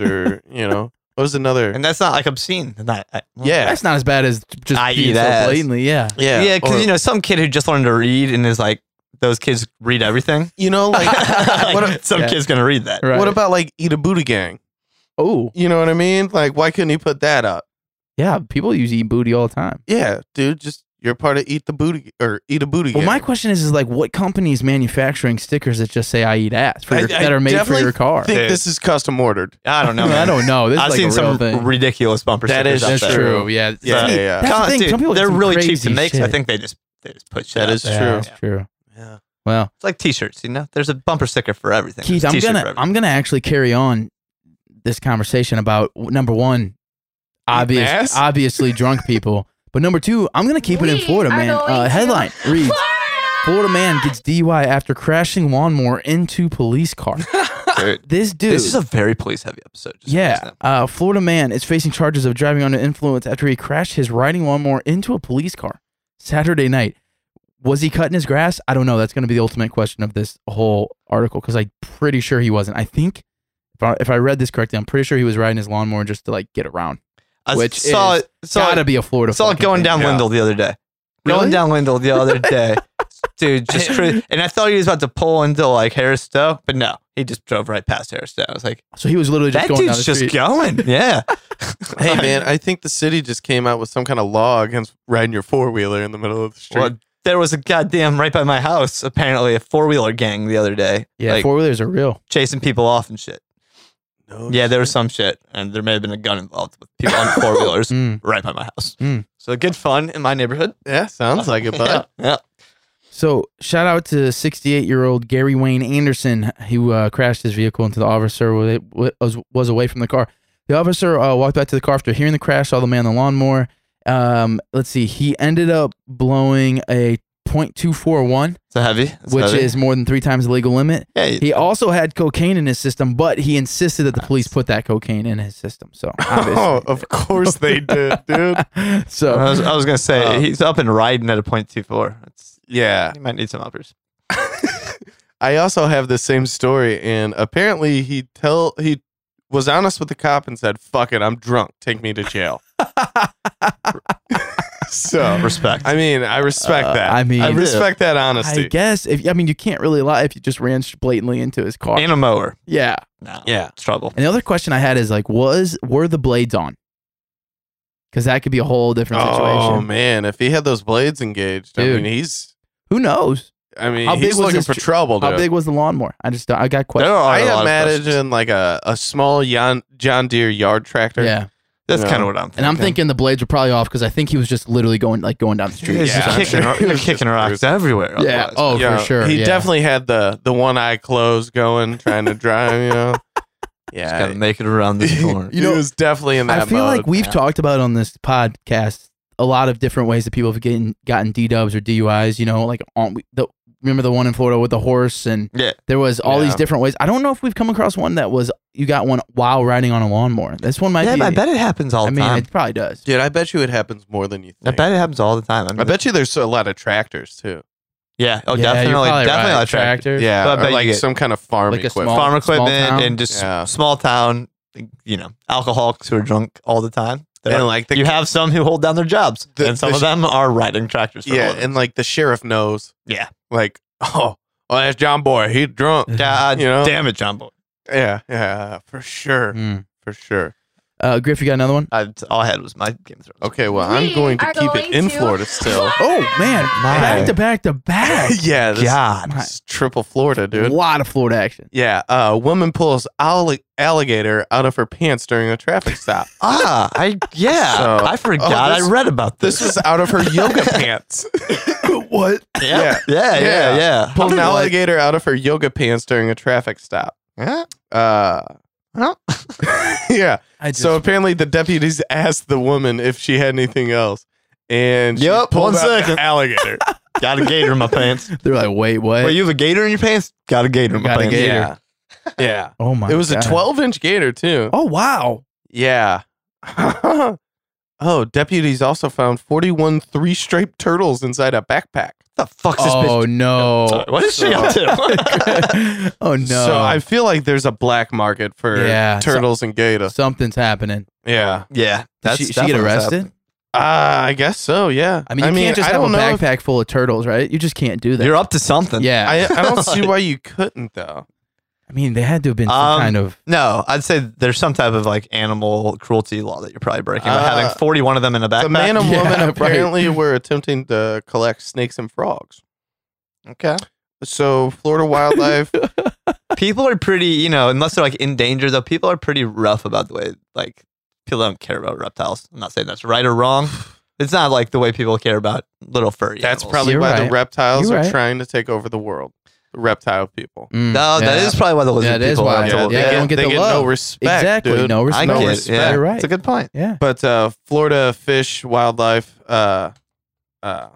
Speaker 2: or you know, what was another?
Speaker 1: and that's not like obscene. Not, I,
Speaker 2: yeah,
Speaker 3: That's not as bad as just
Speaker 2: E
Speaker 1: I
Speaker 3: being
Speaker 1: eat
Speaker 3: so
Speaker 1: ass.
Speaker 3: blatantly. Yeah.
Speaker 2: yeah,
Speaker 1: yeah, because
Speaker 2: or-
Speaker 1: you know some kid who just learned to read and is like those kids read everything.
Speaker 2: you know, like what, a-
Speaker 1: some
Speaker 3: yeah.
Speaker 1: kid's gonna read that.
Speaker 3: Right.
Speaker 2: what about like eat a booty gang?
Speaker 3: Oh
Speaker 2: You know what I mean? Like, why couldn't you put that up?
Speaker 3: yeah, people use eat booty all the time.
Speaker 2: Yeah, dude, just you're part of eat the booty or eat a booty.
Speaker 3: Well,
Speaker 2: gang.
Speaker 3: my question is, is like, what company is manufacturing stickers that just say "I eat ass" for
Speaker 2: I-
Speaker 3: your,
Speaker 2: I
Speaker 3: that are made for
Speaker 2: definitely
Speaker 3: your car?
Speaker 2: I think
Speaker 1: Dude.
Speaker 2: this is custom ordered.
Speaker 1: I don't know.
Speaker 3: I
Speaker 1: man.
Speaker 3: don't know. This is
Speaker 1: I've
Speaker 3: like
Speaker 1: seen
Speaker 3: a real
Speaker 1: some
Speaker 3: thing.
Speaker 1: ridiculous bumper
Speaker 2: That
Speaker 1: stickers.
Speaker 2: is
Speaker 1: out
Speaker 3: That's
Speaker 1: there.
Speaker 3: true. Yeah.
Speaker 2: Yeah,
Speaker 3: Some-
Speaker 2: yeah, yeah.
Speaker 1: Come
Speaker 3: That's
Speaker 1: on,
Speaker 3: the thing.
Speaker 1: dude,
Speaker 3: Some people get
Speaker 1: they're
Speaker 3: some
Speaker 1: really cheap
Speaker 3: crazy
Speaker 1: to make. So I
Speaker 3: shit.
Speaker 1: think they just they just put shit.
Speaker 2: That
Speaker 1: out
Speaker 2: is
Speaker 1: there.
Speaker 3: Yeah,
Speaker 2: true.
Speaker 3: That's true.
Speaker 2: Yeah.
Speaker 3: Well,
Speaker 1: It's like T-shirts. You know, there's a bumper sticker for everything.
Speaker 3: Keith,
Speaker 1: There's a
Speaker 3: I'm
Speaker 1: t-shirt for
Speaker 3: gonna
Speaker 1: everything.
Speaker 3: I'm gonna actually carry on this conversation about w- number one, obvious,
Speaker 2: ass?
Speaker 3: obviously drunk people, but number two, I'm gonna keep it in
Speaker 5: We
Speaker 3: Florida,
Speaker 5: are
Speaker 3: man.
Speaker 5: going
Speaker 3: Uh,
Speaker 5: to
Speaker 3: headline reads: Florida man gets DUI after crashing lawnmower into police car.
Speaker 1: Dude,
Speaker 3: This dude.
Speaker 1: this is a very police-heavy episode. just so you guys
Speaker 3: yeah,
Speaker 1: know.
Speaker 3: uh, Florida man is facing charges of driving under influence after he crashed his riding lawnmower into a police car Saturday night. Was he cutting his grass? I don't know. That's going to be the ultimate question of this whole article because I'm pretty sure he wasn't. I think if I, if I read this correctly, I'm pretty sure he was riding his lawnmower just to like get around.
Speaker 1: I
Speaker 3: which
Speaker 1: saw
Speaker 3: is
Speaker 1: it. Saw
Speaker 3: Gotta
Speaker 1: it,
Speaker 3: be a Florida.
Speaker 1: saw it
Speaker 3: fucking
Speaker 1: going
Speaker 3: thing.
Speaker 1: down
Speaker 2: Yeah.
Speaker 1: Wendell the other day.
Speaker 3: Really?
Speaker 1: Going down Wendell the other day, dude. Just cra- and I thought he was about to pull into like Harris Stowe, but no, he he just drove right past Harris Town. I was like,
Speaker 3: So he was literally
Speaker 1: that
Speaker 3: just going down
Speaker 1: dude's
Speaker 3: the
Speaker 1: just
Speaker 3: street.
Speaker 1: going. Yeah.
Speaker 2: Hey man, I think the city just came out with some kind of law against riding your four wheeler in the middle of the street.
Speaker 1: Well, there was a goddamn right by my house, apparently, a four wheeler gang the other day.
Speaker 3: yeah,
Speaker 1: like,
Speaker 3: four wheelers are real.
Speaker 1: chasing people off and shit.
Speaker 2: No
Speaker 1: Yeah, there was
Speaker 2: Oh, shit.
Speaker 1: some shit, and there may have been a gun involved with people on four wheelers
Speaker 3: Mm.
Speaker 1: right by my house.
Speaker 3: Mm.
Speaker 1: So good fun in my neighborhood.
Speaker 2: Yeah, sounds like it, bud.
Speaker 1: Yeah, yeah.
Speaker 3: So shout out to 68 year old Gary Wayne Anderson who uh, crashed his vehicle into the officer wa- wa- was was away from the car. The officer uh, walked back to the car after hearing the crash, saw the man on the lawnmower. Um, let's see, he ended up blowing a .241,
Speaker 1: It's a heavy, it's
Speaker 3: which
Speaker 1: heavy.
Speaker 3: is more than three times the legal limit.
Speaker 1: hey,
Speaker 3: He also had cocaine in his system, but he insisted that the police put that cocaine in his system. So,
Speaker 2: Oh, of course they did, dude.
Speaker 3: obviously. so
Speaker 1: I was, I was gonna say
Speaker 2: Um,
Speaker 1: uh, he's up and riding at a point two four.
Speaker 2: Yeah.
Speaker 1: He might need some uppers.
Speaker 2: I also have the same story, and apparently he tell he was honest with the cop and said, "Fuck it, I'm drunk. Take me to jail." so
Speaker 1: Respect.
Speaker 2: Oh. I mean, I respect
Speaker 3: Uh,
Speaker 2: that.
Speaker 3: I mean-
Speaker 2: I
Speaker 1: I do.
Speaker 2: respect that
Speaker 3: I
Speaker 2: honesty.
Speaker 3: guess if I mean you can't really lie if you just ran blatantly into his car.
Speaker 1: and a mower.
Speaker 3: yeah.
Speaker 1: No,
Speaker 2: yeah,
Speaker 1: it's trouble.
Speaker 3: And the other question I had is like, was were the blades on? Because that could be a whole different
Speaker 2: Oh
Speaker 3: situation.
Speaker 1: um,
Speaker 2: man, if he had those blades engaged, I
Speaker 3: Dude.
Speaker 2: mean, he's.
Speaker 3: Who knows?
Speaker 2: I mean,
Speaker 3: How big
Speaker 2: he's
Speaker 3: was
Speaker 2: looking
Speaker 3: his
Speaker 2: for
Speaker 3: tr-
Speaker 2: trouble.
Speaker 3: How
Speaker 2: dude.
Speaker 3: big was the lawnmower? I just I got
Speaker 1: There
Speaker 3: questions.
Speaker 1: are
Speaker 2: I
Speaker 1: a lot of questions.
Speaker 2: imagine like a, a small John, John Deere yard tractor.
Speaker 3: Yeah,
Speaker 1: That's
Speaker 2: you know,
Speaker 1: kind of what I'm. Thinking.
Speaker 3: and I'm thinking the blades were probably off because I think he was just literally going like going down the street.
Speaker 1: he's
Speaker 2: Yeah,
Speaker 1: just
Speaker 2: I'm
Speaker 1: kicking,
Speaker 2: sure.
Speaker 1: ro- you're kicking rocks everywhere.
Speaker 3: Yeah.
Speaker 1: otherwise.
Speaker 3: Oh,
Speaker 2: Yeah,
Speaker 3: for sure.
Speaker 2: He
Speaker 3: yeah.
Speaker 2: definitely had the the one eye closed going, trying to drive. You know.
Speaker 1: just gotta
Speaker 2: Yeah.
Speaker 1: make it around this corner.
Speaker 2: he was definitely in that.
Speaker 3: I feel
Speaker 2: mode.
Speaker 3: like we've talked about on this podcast a lot of different ways that people have gotten gotten D dubs or DUIs. You know, like on the remember the one in Florida with the horse, and
Speaker 1: Yeah.
Speaker 3: there was all
Speaker 2: Yeah.
Speaker 3: these different ways. I don't know if we've come across one that was you got one while riding on a lawnmower. This one might
Speaker 1: yeah,
Speaker 3: be.
Speaker 1: but I bet it happens all
Speaker 3: I
Speaker 1: the
Speaker 3: mean,
Speaker 1: time.
Speaker 3: it probably does.
Speaker 2: Dude, I bet you it happens more than you
Speaker 1: I
Speaker 2: think.
Speaker 1: bet it happens all the time. I, mean,
Speaker 2: I bet you there's a lot of tractors too.
Speaker 1: Yeah. Oh,
Speaker 3: Yeah, you're
Speaker 1: definitely,
Speaker 3: probably
Speaker 1: definitely
Speaker 3: right.
Speaker 1: a tractor.
Speaker 2: Yeah,
Speaker 1: But I
Speaker 2: or
Speaker 1: bet you
Speaker 2: like
Speaker 1: get-
Speaker 2: some kind of farm
Speaker 3: Like a
Speaker 2: equipment.
Speaker 3: small-
Speaker 1: farm equipment
Speaker 3: town?
Speaker 1: and just
Speaker 2: Yeah.
Speaker 1: small town. You know, alcoholics who are drunk all the time. They're-
Speaker 2: and like the
Speaker 1: you have some who hold down their jobs,
Speaker 2: The-
Speaker 1: and some
Speaker 2: the
Speaker 1: of
Speaker 2: sh-
Speaker 1: them are riding tractors. For a
Speaker 2: yeah,
Speaker 1: living.
Speaker 2: and like the sheriff knows.
Speaker 1: Yeah.
Speaker 2: like oh, oh, that's John Boy. He's drunk.
Speaker 1: God
Speaker 2: you know?
Speaker 1: damn it, John Boy.
Speaker 2: Yeah, yeah, for sure,
Speaker 3: Mm.
Speaker 2: for sure.
Speaker 3: Uh, Griff, you got another one?
Speaker 1: I, all I had was my Game of Thrones.
Speaker 2: Okay, well, I'm
Speaker 5: We
Speaker 2: going to
Speaker 5: are
Speaker 2: keep it
Speaker 5: going
Speaker 2: in
Speaker 5: to-
Speaker 2: Florida still. Oh,
Speaker 3: Oh man,
Speaker 1: My
Speaker 3: back to back to back.
Speaker 2: yeah, this,
Speaker 1: God.
Speaker 2: this is triple Florida,
Speaker 3: A
Speaker 2: dude.
Speaker 3: lot of Florida action.
Speaker 2: Yeah, a woman pulls alli- alligator out of her pants during a traffic stop.
Speaker 1: Ah, I yeah.
Speaker 2: So-
Speaker 1: I forgot.
Speaker 2: Oh, this-
Speaker 1: I read about this.
Speaker 2: This was out of her yoga pants.
Speaker 3: what?
Speaker 1: yeah, yeah, yeah,
Speaker 2: Yeah.
Speaker 1: yeah.
Speaker 2: Pulled an
Speaker 1: How did, like-
Speaker 2: alligator out of her yoga pants during a traffic stop.
Speaker 1: Yeah.
Speaker 2: Uh,
Speaker 1: Well.
Speaker 2: yeah.
Speaker 3: I just,
Speaker 2: So apparently the deputies asked the woman if she had anything else, and she
Speaker 1: Yup,
Speaker 2: pulled
Speaker 1: one
Speaker 2: out an
Speaker 1: second.
Speaker 2: alligator.
Speaker 1: Got a gator in my pants.
Speaker 3: they're like, wait, what?
Speaker 1: Wait, you have a gator in your pants? Got a gator in my
Speaker 3: Got a
Speaker 1: pants.
Speaker 3: gator.
Speaker 2: Yeah, yeah.
Speaker 3: oh my!
Speaker 2: It was a
Speaker 3: God.
Speaker 2: 12 inch gator too.
Speaker 3: Oh wow!
Speaker 2: Yeah. oh, deputies also found 41 three striped turtles inside a backpack.
Speaker 1: What the fuck's this bitch?
Speaker 3: Oh no!
Speaker 1: Sorry, What is she up to?
Speaker 3: oh no!
Speaker 2: So I feel like there's a black market for
Speaker 3: Yeah, so-
Speaker 2: turtles and gator.
Speaker 3: something's happening.
Speaker 2: Yeah.
Speaker 1: yeah, that's
Speaker 3: Did she, she get
Speaker 1: definitely
Speaker 3: arrested?
Speaker 1: happened.
Speaker 2: Uh, I guess so. Yeah.
Speaker 3: I mean, you can't just
Speaker 2: I
Speaker 3: have a
Speaker 2: don't know if-
Speaker 3: backpack full of turtles, right? You just can't do that.
Speaker 1: You're up to something.
Speaker 3: yeah. I,
Speaker 2: I, I don't see why you couldn't though.
Speaker 3: mean, they had to have been some
Speaker 1: Um,
Speaker 3: kind of.
Speaker 1: No, I'd say there's some type of like animal cruelty law that you're probably breaking by
Speaker 2: Uh,
Speaker 1: having 41 of them in a backpack.
Speaker 2: The man and
Speaker 3: Yeah,
Speaker 2: woman
Speaker 3: right.
Speaker 2: apparently were attempting to collect snakes and frogs.
Speaker 1: okay.
Speaker 2: So Florida wildlife.
Speaker 1: People are pretty, you know, unless they're like in danger, though, people are pretty rough about the way, like, people don't care about reptiles. I'm not saying that's right or wrong. It's not like the way people care about little furry
Speaker 2: that's
Speaker 1: animals.
Speaker 2: probably
Speaker 3: You're
Speaker 2: why
Speaker 3: right.
Speaker 2: the reptiles
Speaker 3: You're
Speaker 2: are
Speaker 3: right.
Speaker 2: trying to take over the world. The reptile people.
Speaker 3: Mm,
Speaker 1: No, that
Speaker 3: yeah.
Speaker 1: is probably why the lizard
Speaker 3: That is
Speaker 1: people
Speaker 3: why.
Speaker 1: are
Speaker 3: Yeah,
Speaker 1: told.
Speaker 3: they
Speaker 1: Yeah,
Speaker 3: don't get
Speaker 2: they
Speaker 3: the
Speaker 2: get
Speaker 3: love.
Speaker 2: no respect.
Speaker 3: exactly.
Speaker 2: dude.
Speaker 3: No
Speaker 1: I
Speaker 3: respect.
Speaker 1: get
Speaker 2: no
Speaker 1: it.
Speaker 2: respect.
Speaker 1: Yeah.
Speaker 3: You're right.
Speaker 1: It's a good point.
Speaker 3: Yeah.
Speaker 2: But uh, Florida Fish Wildlife uh, uh,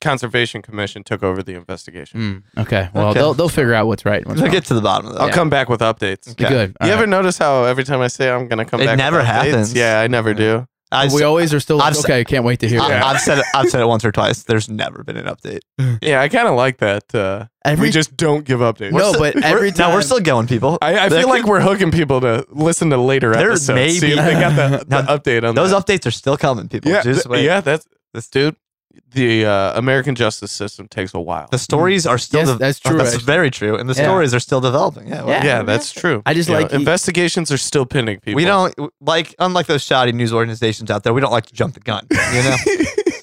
Speaker 2: Conservation Commission took over the investigation.
Speaker 3: Mm, okay. Well,
Speaker 1: Okay.
Speaker 3: they'll they'll figure out what's right. and What's
Speaker 1: They'll
Speaker 3: wrong.
Speaker 1: get to the bottom of that.
Speaker 2: I'll come back with updates.
Speaker 1: Okay.
Speaker 3: Good.
Speaker 2: you
Speaker 3: All
Speaker 2: ever
Speaker 3: right.
Speaker 2: notice how every time I say I'm gonna come
Speaker 1: It
Speaker 2: back, with
Speaker 1: never
Speaker 2: updates?
Speaker 1: happens.
Speaker 2: Yeah, I never do.
Speaker 1: I,
Speaker 3: we always are still like,
Speaker 1: I've s-
Speaker 3: okay. Can't wait to hear.
Speaker 1: I,
Speaker 3: that.
Speaker 2: Yeah.
Speaker 1: have said it, I've said it once or twice. There's never been an update.
Speaker 2: Yeah, I kind of like that. Uh,
Speaker 3: Every
Speaker 2: we just don't give updates.
Speaker 3: no, but e-, every
Speaker 1: We're-
Speaker 3: time
Speaker 1: now we're still going, people.
Speaker 2: I, I
Speaker 1: There
Speaker 2: feel like
Speaker 1: could-
Speaker 2: we're hooking people to listen to later
Speaker 1: There
Speaker 2: episodes.
Speaker 1: may
Speaker 2: see
Speaker 1: be-
Speaker 2: if they got the, the
Speaker 1: Now,
Speaker 2: update on
Speaker 1: Those
Speaker 2: that.
Speaker 1: updates are still coming, people.
Speaker 2: Yeah,
Speaker 1: Just
Speaker 2: th-
Speaker 1: wait.
Speaker 2: yeah, that's this dude. the uh, American justice system takes a while.
Speaker 1: The stories are still.
Speaker 3: Yes,
Speaker 1: de-
Speaker 3: that's true,
Speaker 1: That's
Speaker 3: actually.
Speaker 1: very true, and the
Speaker 3: Yeah.
Speaker 1: stories are still developing. Yeah. well,
Speaker 3: Yeah.
Speaker 2: yeah, that's true.
Speaker 3: I just
Speaker 2: You know,
Speaker 3: like-
Speaker 2: investigations are still pending. People,
Speaker 1: We don't like unlike those shoddy news organizations out there. We don't like to jump the gun. You know.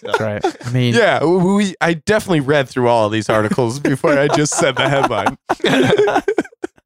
Speaker 3: That's right. I mean,
Speaker 2: Yeah, we. I definitely read through all of these articles before I just said the headline.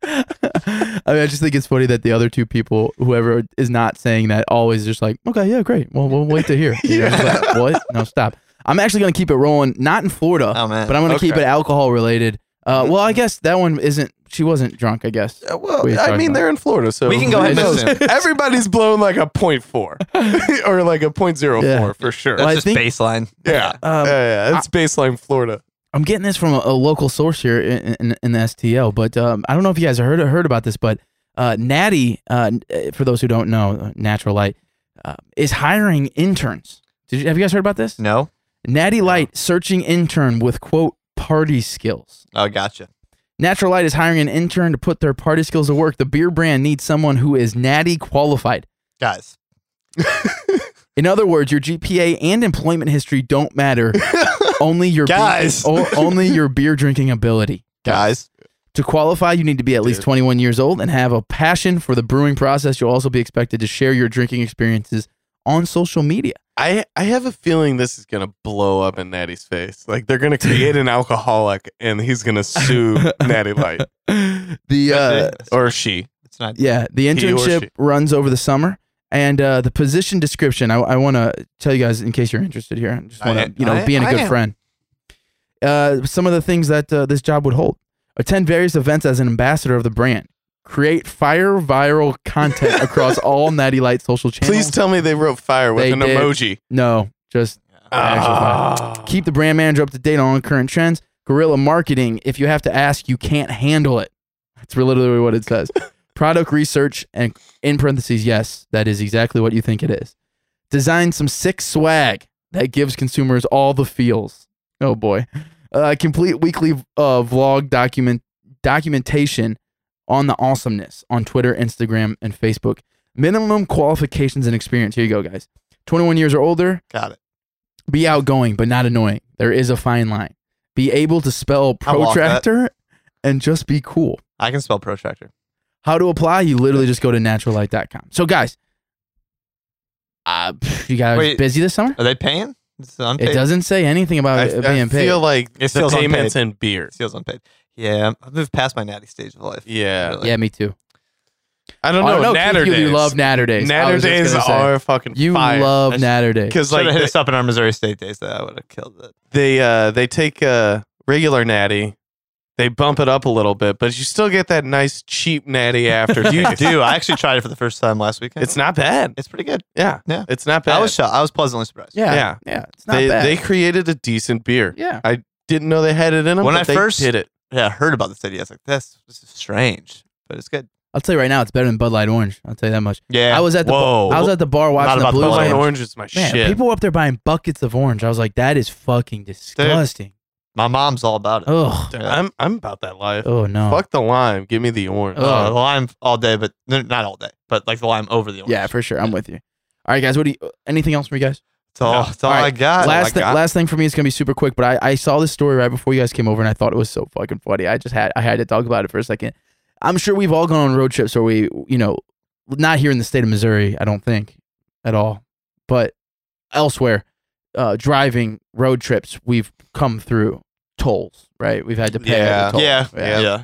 Speaker 3: I mean, I just think it's funny that the other two people, whoever is not saying that, always just like, okay, yeah, great. Well, we'll wait to hear. You know, it's like, what? No, stop. I'm actually gonna keep it rolling, not in Florida,
Speaker 1: Oh, man.
Speaker 3: but I'm gonna keep
Speaker 2: Okay.
Speaker 3: it alcohol related. Uh, well, I guess that one isn't. She wasn't drunk, I guess.
Speaker 2: Yeah, Uh, well,
Speaker 3: What are you
Speaker 2: I
Speaker 3: talking
Speaker 2: mean,
Speaker 3: about?
Speaker 2: they're in Florida, so
Speaker 1: We can go
Speaker 2: who
Speaker 1: ahead and
Speaker 2: knows?
Speaker 1: assume.
Speaker 2: Everybody's blown like a point four or like a point zero four
Speaker 3: Yeah.
Speaker 2: for sure.
Speaker 1: That's
Speaker 3: I
Speaker 1: just
Speaker 3: think-
Speaker 1: baseline.
Speaker 2: yeah.
Speaker 3: Um,
Speaker 2: yeah, yeah, it's baseline Florida.
Speaker 3: I'm getting this from a, a local source here in, in, in the STL, but um, I don't know if you guys heard heard about this, but uh, Natty, uh, n- for those who don't know, uh, Natural Light uh, is hiring interns. Did you, have you guys heard about this?
Speaker 1: No.
Speaker 3: Natty Light searching intern with quote party skills.
Speaker 1: Oh, gotcha.
Speaker 3: Natural Light is hiring an intern to put their party skills to work. The beer brand needs someone who is Natty qualified.
Speaker 1: Guys,
Speaker 3: In other words, your GPA and employment history don't matter. only your beer-
Speaker 1: Guys.
Speaker 3: o- only your beer drinking ability.
Speaker 1: guys,
Speaker 3: To qualify, you need to be at least
Speaker 2: Dude.
Speaker 3: 21 years old and have a passion for the brewing process. You'll also be expected to share your drinking experiences on social media.
Speaker 2: I I have a feeling this is gonna blow up in Natty's face. Like they're gonna create an alcoholic, and he's gonna sue Natty Light
Speaker 3: The uh,
Speaker 1: That's it.
Speaker 2: or she.
Speaker 1: it's not.
Speaker 3: yeah, the
Speaker 2: or
Speaker 3: internship
Speaker 2: she.
Speaker 3: runs over the summer, and uh, the position description. I, I want to tell you guys in case you're interested here. I just
Speaker 1: I
Speaker 3: want
Speaker 1: am-
Speaker 3: to you know
Speaker 1: I-
Speaker 3: be in a
Speaker 1: I
Speaker 3: good
Speaker 1: am.
Speaker 3: friend. Uh, some of the things that uh, this job would hold: attend various events as an ambassador of the brand, create fire viral content across all Natty Light social channels.
Speaker 2: Please tell me they wrote fire with
Speaker 3: They
Speaker 2: an
Speaker 3: did.
Speaker 2: emoji.
Speaker 3: no, just Actually,
Speaker 2: Ah.
Speaker 3: Keep the brand manager up to date on current trends. Guerrilla marketing, if you have to ask, you can't handle it. That's literally what it says. Product research, and in parentheses, yes, that is exactly what you think it is. Design some sick swag that gives consumers all the feels. Oh boy. Uh, complete weekly uh, vlog document documentation on the awesomeness on Twitter, Instagram, and Facebook. Minimum qualifications and experience. Here you go, guys. 21 years or older,
Speaker 1: Got it.
Speaker 3: be outgoing but not annoying. There is a fine line. Be able to spell
Speaker 1: I walk that.
Speaker 3: protractor and just be cool.
Speaker 1: I can spell protractor.
Speaker 3: How to apply? You literally just go to naturallight.com. So guys, uh, pff, you guys
Speaker 1: Wait.
Speaker 3: busy this summer?
Speaker 1: Are they paying? It's unpaid.
Speaker 3: It doesn't say anything about
Speaker 2: I,
Speaker 3: it
Speaker 2: I
Speaker 3: being paid.
Speaker 2: feel like
Speaker 1: It
Speaker 2: the
Speaker 1: feels unpaid.
Speaker 2: payments and beer.
Speaker 1: It feels unpaid. Yeah, I've moved past my natty stage of life.
Speaker 2: Yeah.
Speaker 1: Really.
Speaker 3: yeah, me too.
Speaker 2: I don't know.
Speaker 3: Oh, no,
Speaker 2: Natter
Speaker 3: Keith, you-
Speaker 2: days.
Speaker 3: You love Natter days. I
Speaker 2: Natter
Speaker 3: was just
Speaker 2: days
Speaker 3: gonna say.
Speaker 2: are fucking
Speaker 3: You
Speaker 2: fire.
Speaker 3: love
Speaker 1: That's-
Speaker 3: Natter days.
Speaker 2: because
Speaker 1: Should
Speaker 2: like
Speaker 1: have hit
Speaker 2: they,
Speaker 1: us up in our Missouri State days. Though I would have killed it.
Speaker 2: they uh they take uh regular natty, they bump it up a little bit, but you still get that nice cheap natty after.
Speaker 1: You do. I actually tried it for the first time last weekend.
Speaker 2: It's not bad.
Speaker 1: it's pretty good.
Speaker 2: Yeah,
Speaker 1: Yeah.
Speaker 2: it's not bad.
Speaker 1: I was shocked. I was pleasantly surprised.
Speaker 3: yeah, yeah,
Speaker 2: yeah.
Speaker 3: It's not
Speaker 2: they
Speaker 3: bad.
Speaker 2: they created a decent beer.
Speaker 3: yeah,
Speaker 2: Didn't know they had it in them.
Speaker 1: When
Speaker 2: but
Speaker 1: I
Speaker 2: they
Speaker 1: first-
Speaker 2: did it,
Speaker 1: Yeah, I heard about the city. I was like, this, this is strange, but it's good.
Speaker 3: I'll tell you right now, it's better than Bud Light Orange. I'll tell you that much.
Speaker 1: Yeah.
Speaker 3: I was at the
Speaker 2: Whoa.
Speaker 3: I was at the bar watching the
Speaker 1: about
Speaker 3: Blues.
Speaker 1: Bud
Speaker 2: Bud
Speaker 1: Light
Speaker 2: Light
Speaker 3: game.
Speaker 2: Orange is my
Speaker 3: Man,
Speaker 2: shit.
Speaker 3: people up there buying buckets of orange. I was like, that is fucking disgusting.
Speaker 1: my mom's all about it.
Speaker 3: Ugh.
Speaker 1: Yeah.
Speaker 2: I'm I'm about that life.
Speaker 3: Oh no.
Speaker 2: Fuck the lime. Give me the orange.
Speaker 3: Ugh.
Speaker 1: Uh, the lime all day, but no, not all day, but like the lime over the orange.
Speaker 3: Yeah, for sure. I'm with you. All right, guys. What do you? Anything else from you guys?
Speaker 1: It's all,
Speaker 2: No.
Speaker 1: it's all,
Speaker 3: All right.
Speaker 1: I got.
Speaker 3: last
Speaker 2: I
Speaker 3: thi-
Speaker 2: got-
Speaker 3: last thing for me is gonna be super quick. But I, I saw this story right before you guys came over, and I thought it was so fucking funny. I just had I had to talk about it for a second. I'm sure we've all gone on road trips where we, you know, not here in the state of Missouri. I don't think at all, but elsewhere, uh, driving road trips, we've come through tolls. Right, we've had to pay. at the
Speaker 2: Yeah.
Speaker 3: toll.
Speaker 1: yeah, yeah.
Speaker 2: Yeah.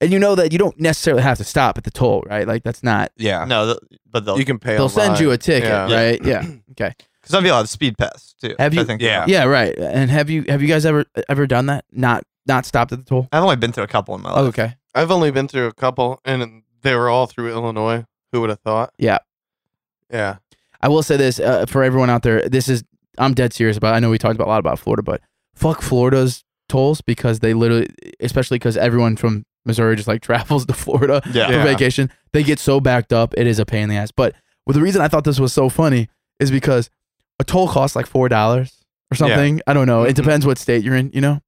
Speaker 3: and you know that you don't necessarily have to stop at the toll, right? Like that's not
Speaker 2: Yeah,
Speaker 1: No, th- but they'll,
Speaker 2: you can pay.
Speaker 3: they'll send you a ticket,
Speaker 2: Yeah.
Speaker 3: right? Yeah. Okay.
Speaker 1: because some people have speed pass too.
Speaker 3: Have
Speaker 1: which I
Speaker 3: you-
Speaker 1: think
Speaker 2: Yeah.
Speaker 3: Yeah, right. And have you have you guys ever ever done that? Not not stopped at the
Speaker 2: Uh,
Speaker 3: toll?
Speaker 1: I've only been through a couple in my life.
Speaker 3: Oh, okay.
Speaker 2: I've only been through a couple, and they were all through Illinois. Who would have thought?
Speaker 3: Yeah.
Speaker 2: yeah.
Speaker 3: I will say this uh, for everyone out there. This is I'm dead serious about. I know we talked about a lot about Florida, but fuck Florida's tolls because they literally, especially because everyone from Missouri just like travels to Florida
Speaker 1: Yeah.
Speaker 2: Yeah.
Speaker 3: for vacation. They get so backed up, it is a pain in the ass. But well, the reason I thought this was so funny is because a toll costs like four dollars or something. I don't know. It
Speaker 2: Mhm.
Speaker 3: depends what state you're in. You know.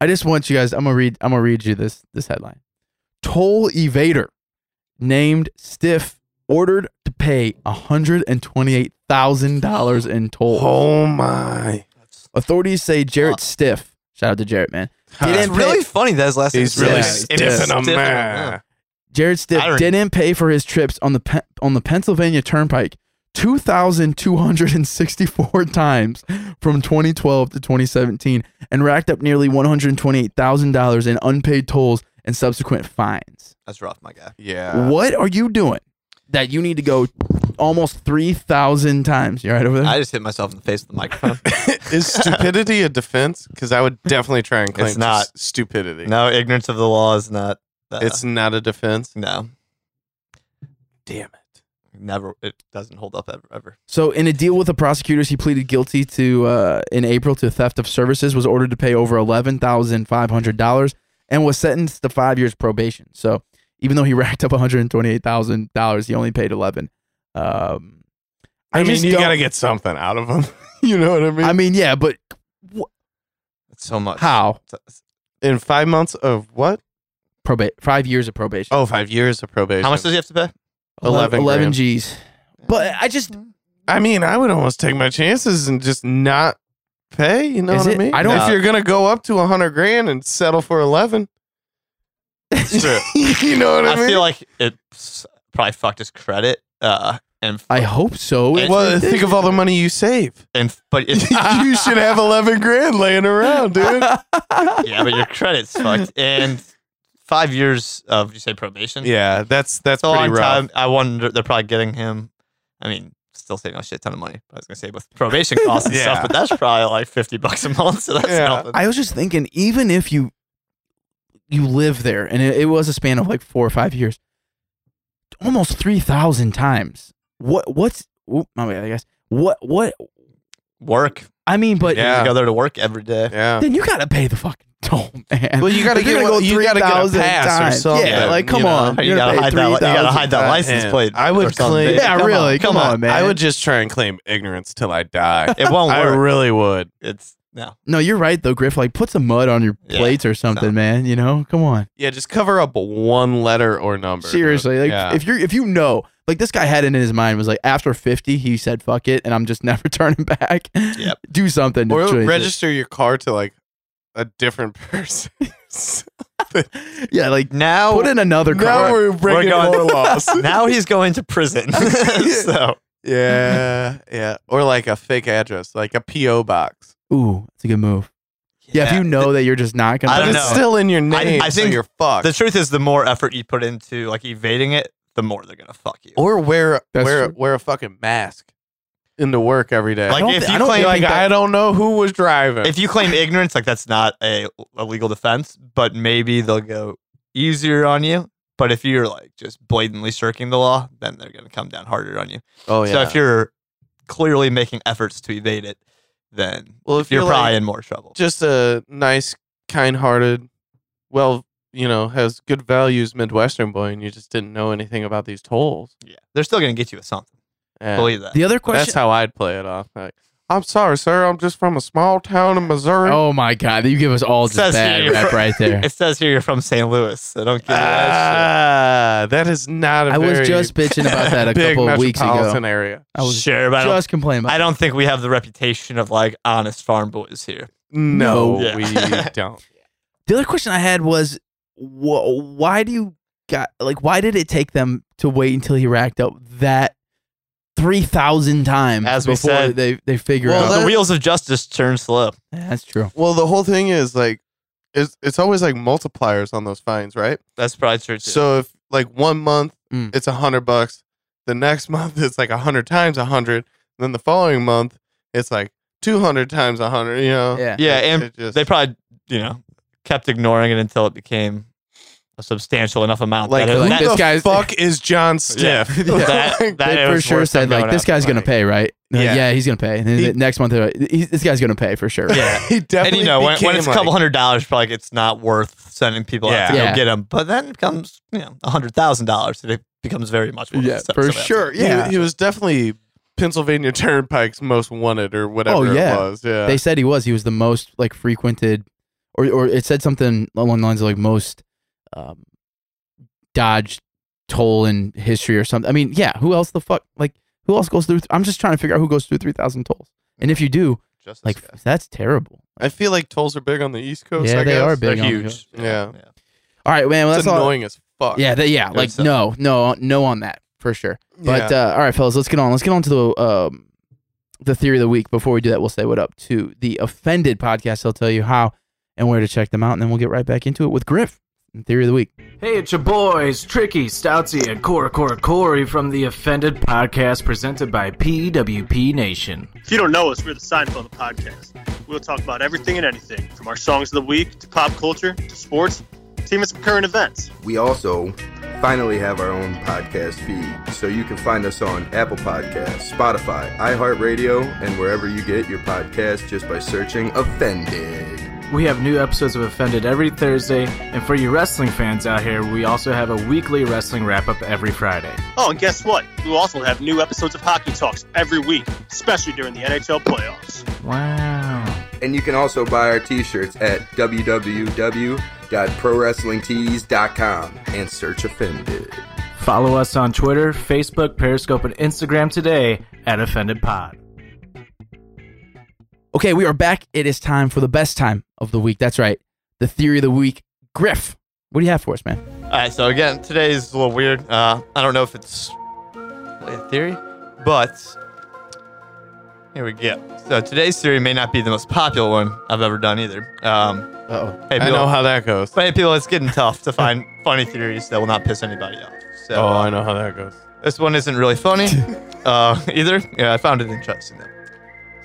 Speaker 3: I just want you guys. I'm gonna read. I'm gonna read you this this headline. Toll evader named Stiff ordered to pay $128,000 in tolls.
Speaker 2: Oh my!
Speaker 3: Authorities say Jarrett Stiff, shout out to Jarrett, man.
Speaker 1: It's
Speaker 3: Didn't pay-
Speaker 1: really funny that his last name
Speaker 2: He's
Speaker 1: is
Speaker 2: really
Speaker 3: Yeah,
Speaker 1: stiff.
Speaker 3: stiff.
Speaker 2: stiffing a
Speaker 1: Stiff.
Speaker 2: man.
Speaker 3: Jared Stiff
Speaker 1: Irony.
Speaker 3: didn't pay for his trips on the Pe- on the Pennsylvania Turnpike 2,264 times from 2012 to 2017 and racked up nearly $128,000 in unpaid tolls and subsequent fines.
Speaker 1: That's rough, my guy.
Speaker 2: Yeah.
Speaker 3: what are you doing that you need to go almost 3,000 times? You all right over there?
Speaker 1: I just hit myself in the face with the microphone.
Speaker 2: Is stupidity a defense? Because I would definitely try and claim
Speaker 1: It's not.
Speaker 2: s- stupidity.
Speaker 1: no, ignorance of the law is not. Uh,
Speaker 2: it's not a defense.
Speaker 1: no,
Speaker 2: Damn it!
Speaker 1: never. It doesn't hold up ever. ever.
Speaker 3: So, in a deal with the prosecutors, he pleaded guilty to uh, in April to theft of services, was ordered to pay over eleven thousand five hundred dollars, and was sentenced to five years probation. So, even though he racked up one hundred twenty-eight thousand dollars, he only paid eleven. Um,
Speaker 2: I, mean,
Speaker 3: just
Speaker 2: you
Speaker 3: don't-
Speaker 2: gotta get something out of them. you know what I mean?
Speaker 3: I mean, yeah, but
Speaker 1: It's so much.
Speaker 3: how
Speaker 1: It's-
Speaker 2: In five months of what?
Speaker 3: probate? Five years of probation.
Speaker 2: Oh, five years of probation.
Speaker 1: How much does he have to pay?
Speaker 3: 11
Speaker 2: 11 Oh, grand.
Speaker 3: G's. But I just
Speaker 2: I mean, I would almost take my chances and just not pay. You know
Speaker 3: Is
Speaker 2: what I
Speaker 3: it?
Speaker 2: mean?
Speaker 3: I don't-
Speaker 2: If you're gonna go up to a hundred grand and settle for eleven,
Speaker 1: true.
Speaker 2: you know what I,
Speaker 1: I
Speaker 2: mean?
Speaker 1: feel like it s- probably fucked his credit. Uh, and
Speaker 3: I hope so.
Speaker 1: It-
Speaker 2: well, think of all the money you save.
Speaker 1: and but it,
Speaker 2: you should have eleven grand laying around, dude.
Speaker 1: yeah, but your credit's fucked. And five years of you say probation.
Speaker 2: Yeah, that's that's
Speaker 1: it's a
Speaker 2: pretty
Speaker 1: long
Speaker 2: rough.
Speaker 1: time. I wonder they're probably getting him. I mean, still saving a shit ton of money. I was gonna say with probation costs and
Speaker 2: Yeah.
Speaker 1: stuff, but that's probably like fifty bucks a month. So that's
Speaker 2: Yeah.
Speaker 1: nothing.
Speaker 3: I was just thinking, even if you you live there, and it, it was a span of like four or five years, almost three thousand times. What? What's? oop, My bad, I guess. What? What?
Speaker 1: work.
Speaker 3: I mean, but
Speaker 1: You
Speaker 2: Yeah.
Speaker 1: go there to work every day.
Speaker 2: Yeah.
Speaker 3: then you gotta pay the fucking toll, man.
Speaker 2: Well, you gotta
Speaker 3: If you're
Speaker 2: get
Speaker 3: gonna
Speaker 2: one- you gotta get a
Speaker 3: 3,000
Speaker 2: pass or something,
Speaker 3: Yeah, like
Speaker 2: you
Speaker 3: come
Speaker 2: know.
Speaker 3: on,
Speaker 1: You gotta
Speaker 3: gonna pay
Speaker 1: hide that. You gotta
Speaker 3: 3,000.
Speaker 1: hide that
Speaker 2: Uh,
Speaker 1: license
Speaker 2: yeah.
Speaker 1: plate.
Speaker 2: I would
Speaker 1: or something.
Speaker 2: claim-
Speaker 3: Yeah,
Speaker 1: Come on,
Speaker 3: really. Come, on, man.
Speaker 2: I would just try and claim ignorance till I die.
Speaker 1: It won't
Speaker 2: I
Speaker 1: work.
Speaker 2: really would.
Speaker 1: it's no.
Speaker 3: No, you're right though, Griff. Like, put some mud on your
Speaker 1: Yeah,
Speaker 3: plates or something,
Speaker 1: no.
Speaker 3: man. You know, come on.
Speaker 2: Yeah, just cover up one letter or number. dude.
Speaker 3: Seriously, like
Speaker 2: yeah.
Speaker 3: if you are if you know, like this guy had it in his mind was like after fifty, he said fuck it, and I'm just never turning back.
Speaker 1: Yep.
Speaker 3: Do something. to
Speaker 2: or
Speaker 3: change it.
Speaker 2: register your car to like a different person.
Speaker 3: Yeah, like
Speaker 1: Now
Speaker 3: put in another
Speaker 2: now
Speaker 3: car.
Speaker 2: we're breaking
Speaker 1: going-
Speaker 2: more laws.
Speaker 1: now he's going to prison. so
Speaker 2: yeah, yeah, or like a fake address, like a PO box.
Speaker 3: Ooh, that's a good move. Yeah, if
Speaker 1: Yeah.
Speaker 3: you know that you're just not gonna.
Speaker 1: I don't
Speaker 2: But it's
Speaker 1: know.
Speaker 2: still in your name. I,
Speaker 1: I
Speaker 2: so
Speaker 1: think
Speaker 2: you're fucked.
Speaker 1: the truth is the more effort you put into like evading it, the more they're gonna fuck you.
Speaker 2: or wear
Speaker 3: That's
Speaker 2: wear
Speaker 3: true.
Speaker 2: wear a fucking mask into work every day.
Speaker 1: Like
Speaker 3: don't
Speaker 1: if
Speaker 3: thi-
Speaker 1: you
Speaker 3: I don't
Speaker 1: claim
Speaker 3: think
Speaker 2: like
Speaker 3: that-
Speaker 2: I don't know who was driving.
Speaker 1: if you claim ignorance, like that's not a, a legal defense, but maybe they'll go easier on you. But if you're like just blatantly shirking the law, then they're gonna come down harder on you.
Speaker 2: oh
Speaker 1: So if you're clearly making efforts to evade it, then
Speaker 2: well, if
Speaker 1: you're,
Speaker 2: like,
Speaker 1: probably in more trouble.
Speaker 2: just a nice, kind-hearted, well, you know, has good values Midwestern boy, and you just didn't know anything about these tolls.
Speaker 1: yeah, they're still gonna get you with something.
Speaker 2: Yeah.
Speaker 1: Believe that.
Speaker 3: The other
Speaker 2: That's
Speaker 3: question.
Speaker 2: how I'd play it off. Like, I'm sorry, sir. I'm just from a small town in Missouri.
Speaker 3: oh my god, you give us all just
Speaker 1: Says
Speaker 3: bad
Speaker 1: here.
Speaker 3: rap right there.
Speaker 1: It says here you're from St. Louis, so don't give me that
Speaker 2: Ah, that is not. a
Speaker 3: I was
Speaker 2: very
Speaker 3: just bitching about that a
Speaker 2: big
Speaker 3: couple of weeks ago.
Speaker 2: metropolitan Area.
Speaker 3: I
Speaker 1: shit.
Speaker 3: was
Speaker 1: Sure, but I don't,
Speaker 3: just complaining about.
Speaker 1: I don't think we have the reputation of like honest farm boys here.
Speaker 2: No,
Speaker 1: Yeah.
Speaker 2: we don't.
Speaker 3: The other question I had was, wh- why do you got like why did it take them to wait until he racked up that three thousand times
Speaker 1: As we
Speaker 3: before
Speaker 1: said-
Speaker 3: they they figure
Speaker 2: Well,
Speaker 3: out?
Speaker 1: the
Speaker 2: that-
Speaker 1: wheels of justice turn slow.
Speaker 3: Yeah, that's true.
Speaker 2: Well, the whole thing is like, it's it's always like multipliers on those fines, right?
Speaker 1: That's probably true. Too.
Speaker 2: So if like one month
Speaker 3: Mm.
Speaker 2: it's a hundred bucks, the next month it's like a hundred times a hundred, then the following month it's like two hundred times a hundred. You know?
Speaker 3: Yeah.
Speaker 1: yeah,
Speaker 2: It-
Speaker 1: and
Speaker 2: it just-
Speaker 1: they probably you know kept ignoring it until it became a substantial enough amount
Speaker 2: like,
Speaker 1: that, it,
Speaker 2: who
Speaker 1: that,
Speaker 2: the
Speaker 3: this guy's-
Speaker 2: fuck is John Stiff?
Speaker 3: Yeah.
Speaker 1: that- that
Speaker 3: they
Speaker 1: it
Speaker 3: for
Speaker 1: was
Speaker 3: sure
Speaker 1: worth them
Speaker 3: said like
Speaker 1: going
Speaker 3: this
Speaker 1: after
Speaker 3: guy's gonna
Speaker 1: money.
Speaker 3: pay, right? They're like,
Speaker 2: Yeah.
Speaker 3: Yeah, he's gonna pay. And then
Speaker 2: He-
Speaker 3: the next month, they're like, "He's- this guy's gonna pay for sure.
Speaker 1: Yeah.
Speaker 2: he
Speaker 1: And
Speaker 2: definitely
Speaker 1: you know when, when
Speaker 2: became,
Speaker 1: it's a couple hundred dollars, probably it's not worth sending people out to
Speaker 3: Yeah. Yeah.
Speaker 1: go get them. But then it comes you know a hundred thousand dollars, and it becomes very much worth.
Speaker 3: Yeah,
Speaker 1: so-
Speaker 3: for
Speaker 1: somebody else.
Speaker 3: sure.
Speaker 2: He-
Speaker 3: Yeah.
Speaker 2: he, was definitely Pennsylvania Turnpike's most wanted or whatever
Speaker 3: Oh, yeah.
Speaker 2: it was. Yeah,
Speaker 3: They said he was. He was the most like frequented, or or it said something along the lines of like most um, dodged toll in history or something. I mean, yeah, who else the fuck? Like, who else goes through? I'm just trying to figure out who goes through 3,000 tolls. And if you do,
Speaker 1: Just
Speaker 3: like, that's terrible.
Speaker 2: I feel like tolls are big on the East Coast.
Speaker 3: Yeah,
Speaker 2: I
Speaker 3: they
Speaker 2: guess.
Speaker 3: are big.
Speaker 1: they're
Speaker 3: on the
Speaker 1: huge.
Speaker 3: hill.
Speaker 2: Yeah.
Speaker 3: All right, man. Well,
Speaker 2: it's
Speaker 3: that's all.
Speaker 2: annoying as fuck.
Speaker 3: Yeah, they, yeah. Like,
Speaker 1: stuff.
Speaker 3: no, no, no on that for sure. But uh, all right, fellas, let's get on. Let's get on to the um, the theory of the week. Before we do that, we'll say what up to the offended podcast. They'll tell you how and where to check them out, and then we'll get right back into it with Griff. and Theory of the week.
Speaker 5: Hey, it's your boys, Tricky, Stoutsy, and Cora Cora Corey from the Offended Podcast presented by PWP Nation.
Speaker 6: If you don't know us, we're the Seinfeld podcast. We'll talk about everything and anything, from our songs of the week to pop culture to sports, to even some current events.
Speaker 7: We also finally have our own podcast feed, so you can find us on Apple Podcasts, Spotify, iHeartRadio, and wherever you get your podcast just by searching Offended.
Speaker 5: We have new episodes of Offended every Thursday, and for you wrestling fans out here, we also have a weekly wrestling wrap up every Friday.
Speaker 6: Oh, and guess what? We'll also have new episodes of Hockey Talks every week, especially during the NHL playoffs.
Speaker 5: Wow.
Speaker 7: And you can also buy our t shirts at www.prowrestlingtees.com and search Offended.
Speaker 5: Follow us on Twitter, Facebook, Periscope, and Instagram today at Offended Pod.
Speaker 3: Okay, we are back. It is time for the best time of the week. That's right, the theory of the week. Griff, what do you have for us, man?
Speaker 1: All right, so again, today's a little weird. Uh, I don't know if it's a theory, but here we go. So today's theory may not be the most popular one I've ever done either. Um,
Speaker 3: Uh-oh.
Speaker 1: hey,
Speaker 2: I
Speaker 1: people,
Speaker 2: know how that goes.
Speaker 1: but hey, people, it's getting tough to find funny theories that will not piss anybody off. So
Speaker 2: Oh,
Speaker 1: uh,
Speaker 2: I know how that goes.
Speaker 1: this one isn't really funny uh, either. Yeah, I found it interesting though.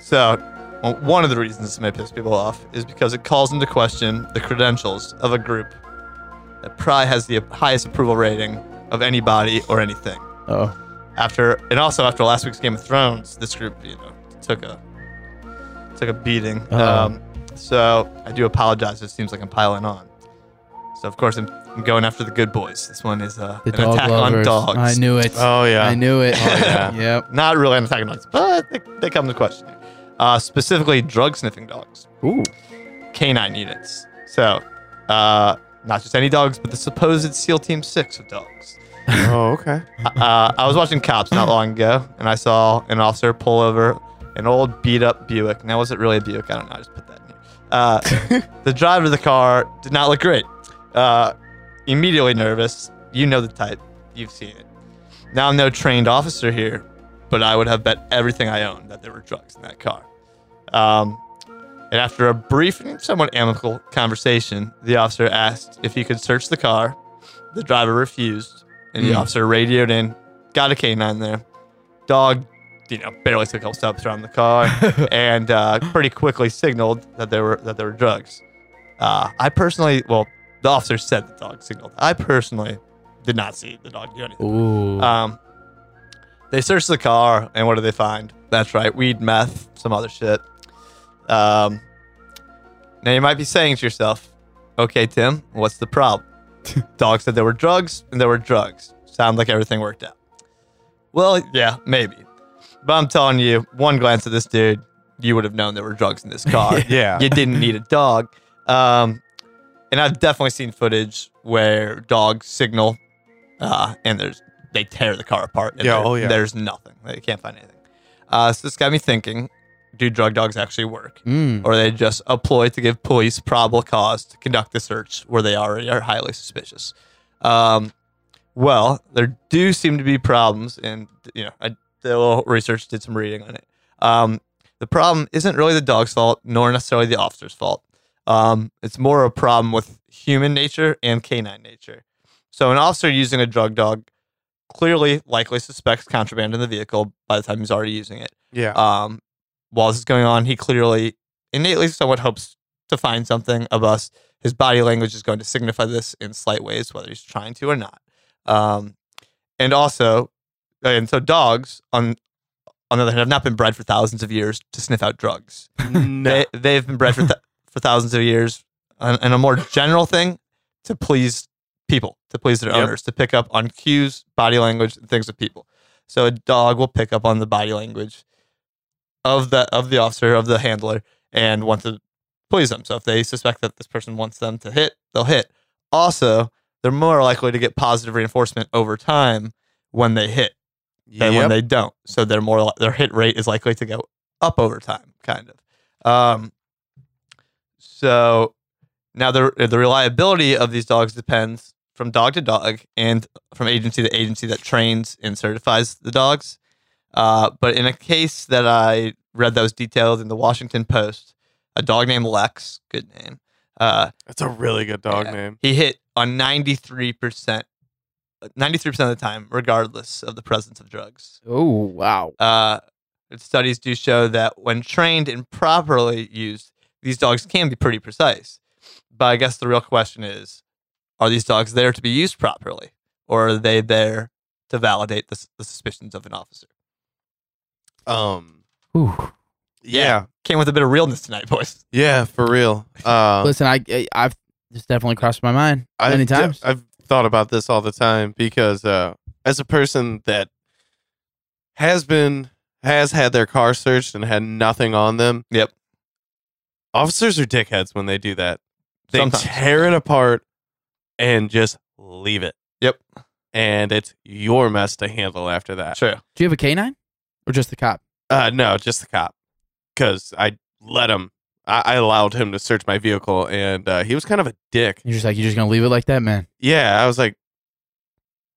Speaker 1: So well, one of the reasons this may piss people off is because it calls into question the credentials of a group that probably has the highest approval rating of anybody or anything.
Speaker 3: Oh,
Speaker 1: After and also after last week's Game of Thrones, this group you know took a took a beating.
Speaker 3: Uh-oh.
Speaker 1: Um, so I do apologize. It seems like I'm piling on. So of course I'm, I'm going after the good boys. This one is uh,
Speaker 3: the
Speaker 1: an
Speaker 3: dog
Speaker 1: attack
Speaker 3: lovers.
Speaker 1: on dogs
Speaker 3: I knew it.
Speaker 2: Oh yeah.
Speaker 3: I knew it.
Speaker 2: yeah.
Speaker 3: yep.
Speaker 1: not really an attacking dogs, but they, they come to question. here. Uh, specifically, drug sniffing dogs,
Speaker 3: Ooh.
Speaker 1: canine units. So, uh, not just any dogs, but the supposed SEAL Team 6 of dogs.
Speaker 2: Oh okay.
Speaker 1: Uh, I was watching Cops not long ago, and I saw an officer pull over an old beat up Buick. Now, was it really a Buick? I don't know. I just put that in here. Uh, the driver of the car did not look great. Uh, immediately nervous. You know the type, you've seen it. Now, I'm no trained officer here, but I would have bet everything I own that there were drugs in that car. Um, and after a brief and somewhat amicable conversation, the officer asked if he could search the car. The driver refused, and the
Speaker 3: Mm.
Speaker 1: officer radioed in, got a canine there. Dog, you know, barely took a couple steps around the car, and uh, pretty quickly signaled that there were that there were drugs. Uh, I personally, well, the officer said the dog signaled. I personally did not see the dog do anything.
Speaker 3: Ooh.
Speaker 1: Um, they search the car, and what do they find? That's right, weed, meth, some other shit. Um, now you might be saying to yourself, "Okay, Tim, what's the problem?" Dog said there were drugs, and there were drugs. Sound like everything worked out. Well, yeah, maybe. But I'm telling you, one glance at this dude, you would have known there were drugs in this car.
Speaker 2: Yeah.
Speaker 1: You didn't need a dog. Um, and I've definitely seen footage where dogs signal, uh, and there's they tear the car apart. And
Speaker 2: Yeah,
Speaker 1: there-
Speaker 2: oh, yeah.
Speaker 1: There's nothing. They can't find anything. Uh, so this got me thinking: Do drug dogs actually work,
Speaker 3: Mm.
Speaker 1: or are they just a ploy to give police probable cause to conduct the search where they already are highly suspicious? Um, well, there do seem to be problems, and you know, I did a little research, did some reading on it. Um, the problem isn't really the dog's fault, nor necessarily the officer's fault. Um, it's more a problem with human nature and canine nature. So, an officer using a drug dog clearly likely suspects contraband in the vehicle by the time he's already using it.
Speaker 2: Yeah.
Speaker 1: Um, while this is going on, he clearly innately somewhat hopes to find something of us. His body language is going to signify this in slight ways, whether he's trying to or not. Um, and also, and so dogs on on the other hand have not been bred for thousands of years to sniff out drugs.
Speaker 2: no.
Speaker 1: They they've been bred for th- for thousands of years, and, and a more general thing to please people, to please their
Speaker 2: Yep.
Speaker 1: owners, to pick up on cues, body language, and things of people. So a dog will pick up on the body language of the of the officer of the handler and want to please them. So if they suspect that this person wants them to hit, they'll hit. Also, they're more likely to get positive reinforcement over time when they hit than when
Speaker 2: Yep.
Speaker 1: they don't. So they're more li- their hit rate is likely to go up over time, kind of. Um, so now the the reliability of these dogs depends from dog to dog and from agency to agency that trains and certifies the dogs. Uh, but in a case that I read that was detailed in the Washington Post, a dog named Lex, good name, uh,
Speaker 2: That's a really good dog
Speaker 1: Yeah.
Speaker 2: name.
Speaker 1: he hit on 93%, 93% of the time, regardless of the presence of drugs.
Speaker 3: Oh wow.
Speaker 1: Uh, studies do show that when trained and properly used, these dogs can be pretty precise. But I guess the real question is are these dogs there to be used properly? Or are they there to validate the, s- the suspicions of an officer?
Speaker 2: Um,
Speaker 3: Whew.
Speaker 2: yeah,
Speaker 1: Came with a bit of realness tonight, boys.
Speaker 2: yeah, for real. Uh,
Speaker 3: Listen, I I- I've this definitely crossed my mind many
Speaker 2: I've, de-
Speaker 3: times.
Speaker 2: I've thought about this all the time because uh, as a person that has been has had their car searched and had nothing on them.
Speaker 1: Yep.
Speaker 2: Officers are dickheads when they do that. They
Speaker 1: Sometimes.
Speaker 2: tear it apart and just leave it.
Speaker 1: Yep.
Speaker 2: And it's your mess to handle after that.
Speaker 1: True.
Speaker 3: Do you have a canine or just the cop?
Speaker 2: Uh, no, just the cop. Because I let him. I, I allowed him to search my vehicle, and uh, he was kind of a dick.
Speaker 3: You're just like you're just gonna leave it like that, man.
Speaker 2: Yeah, I was like,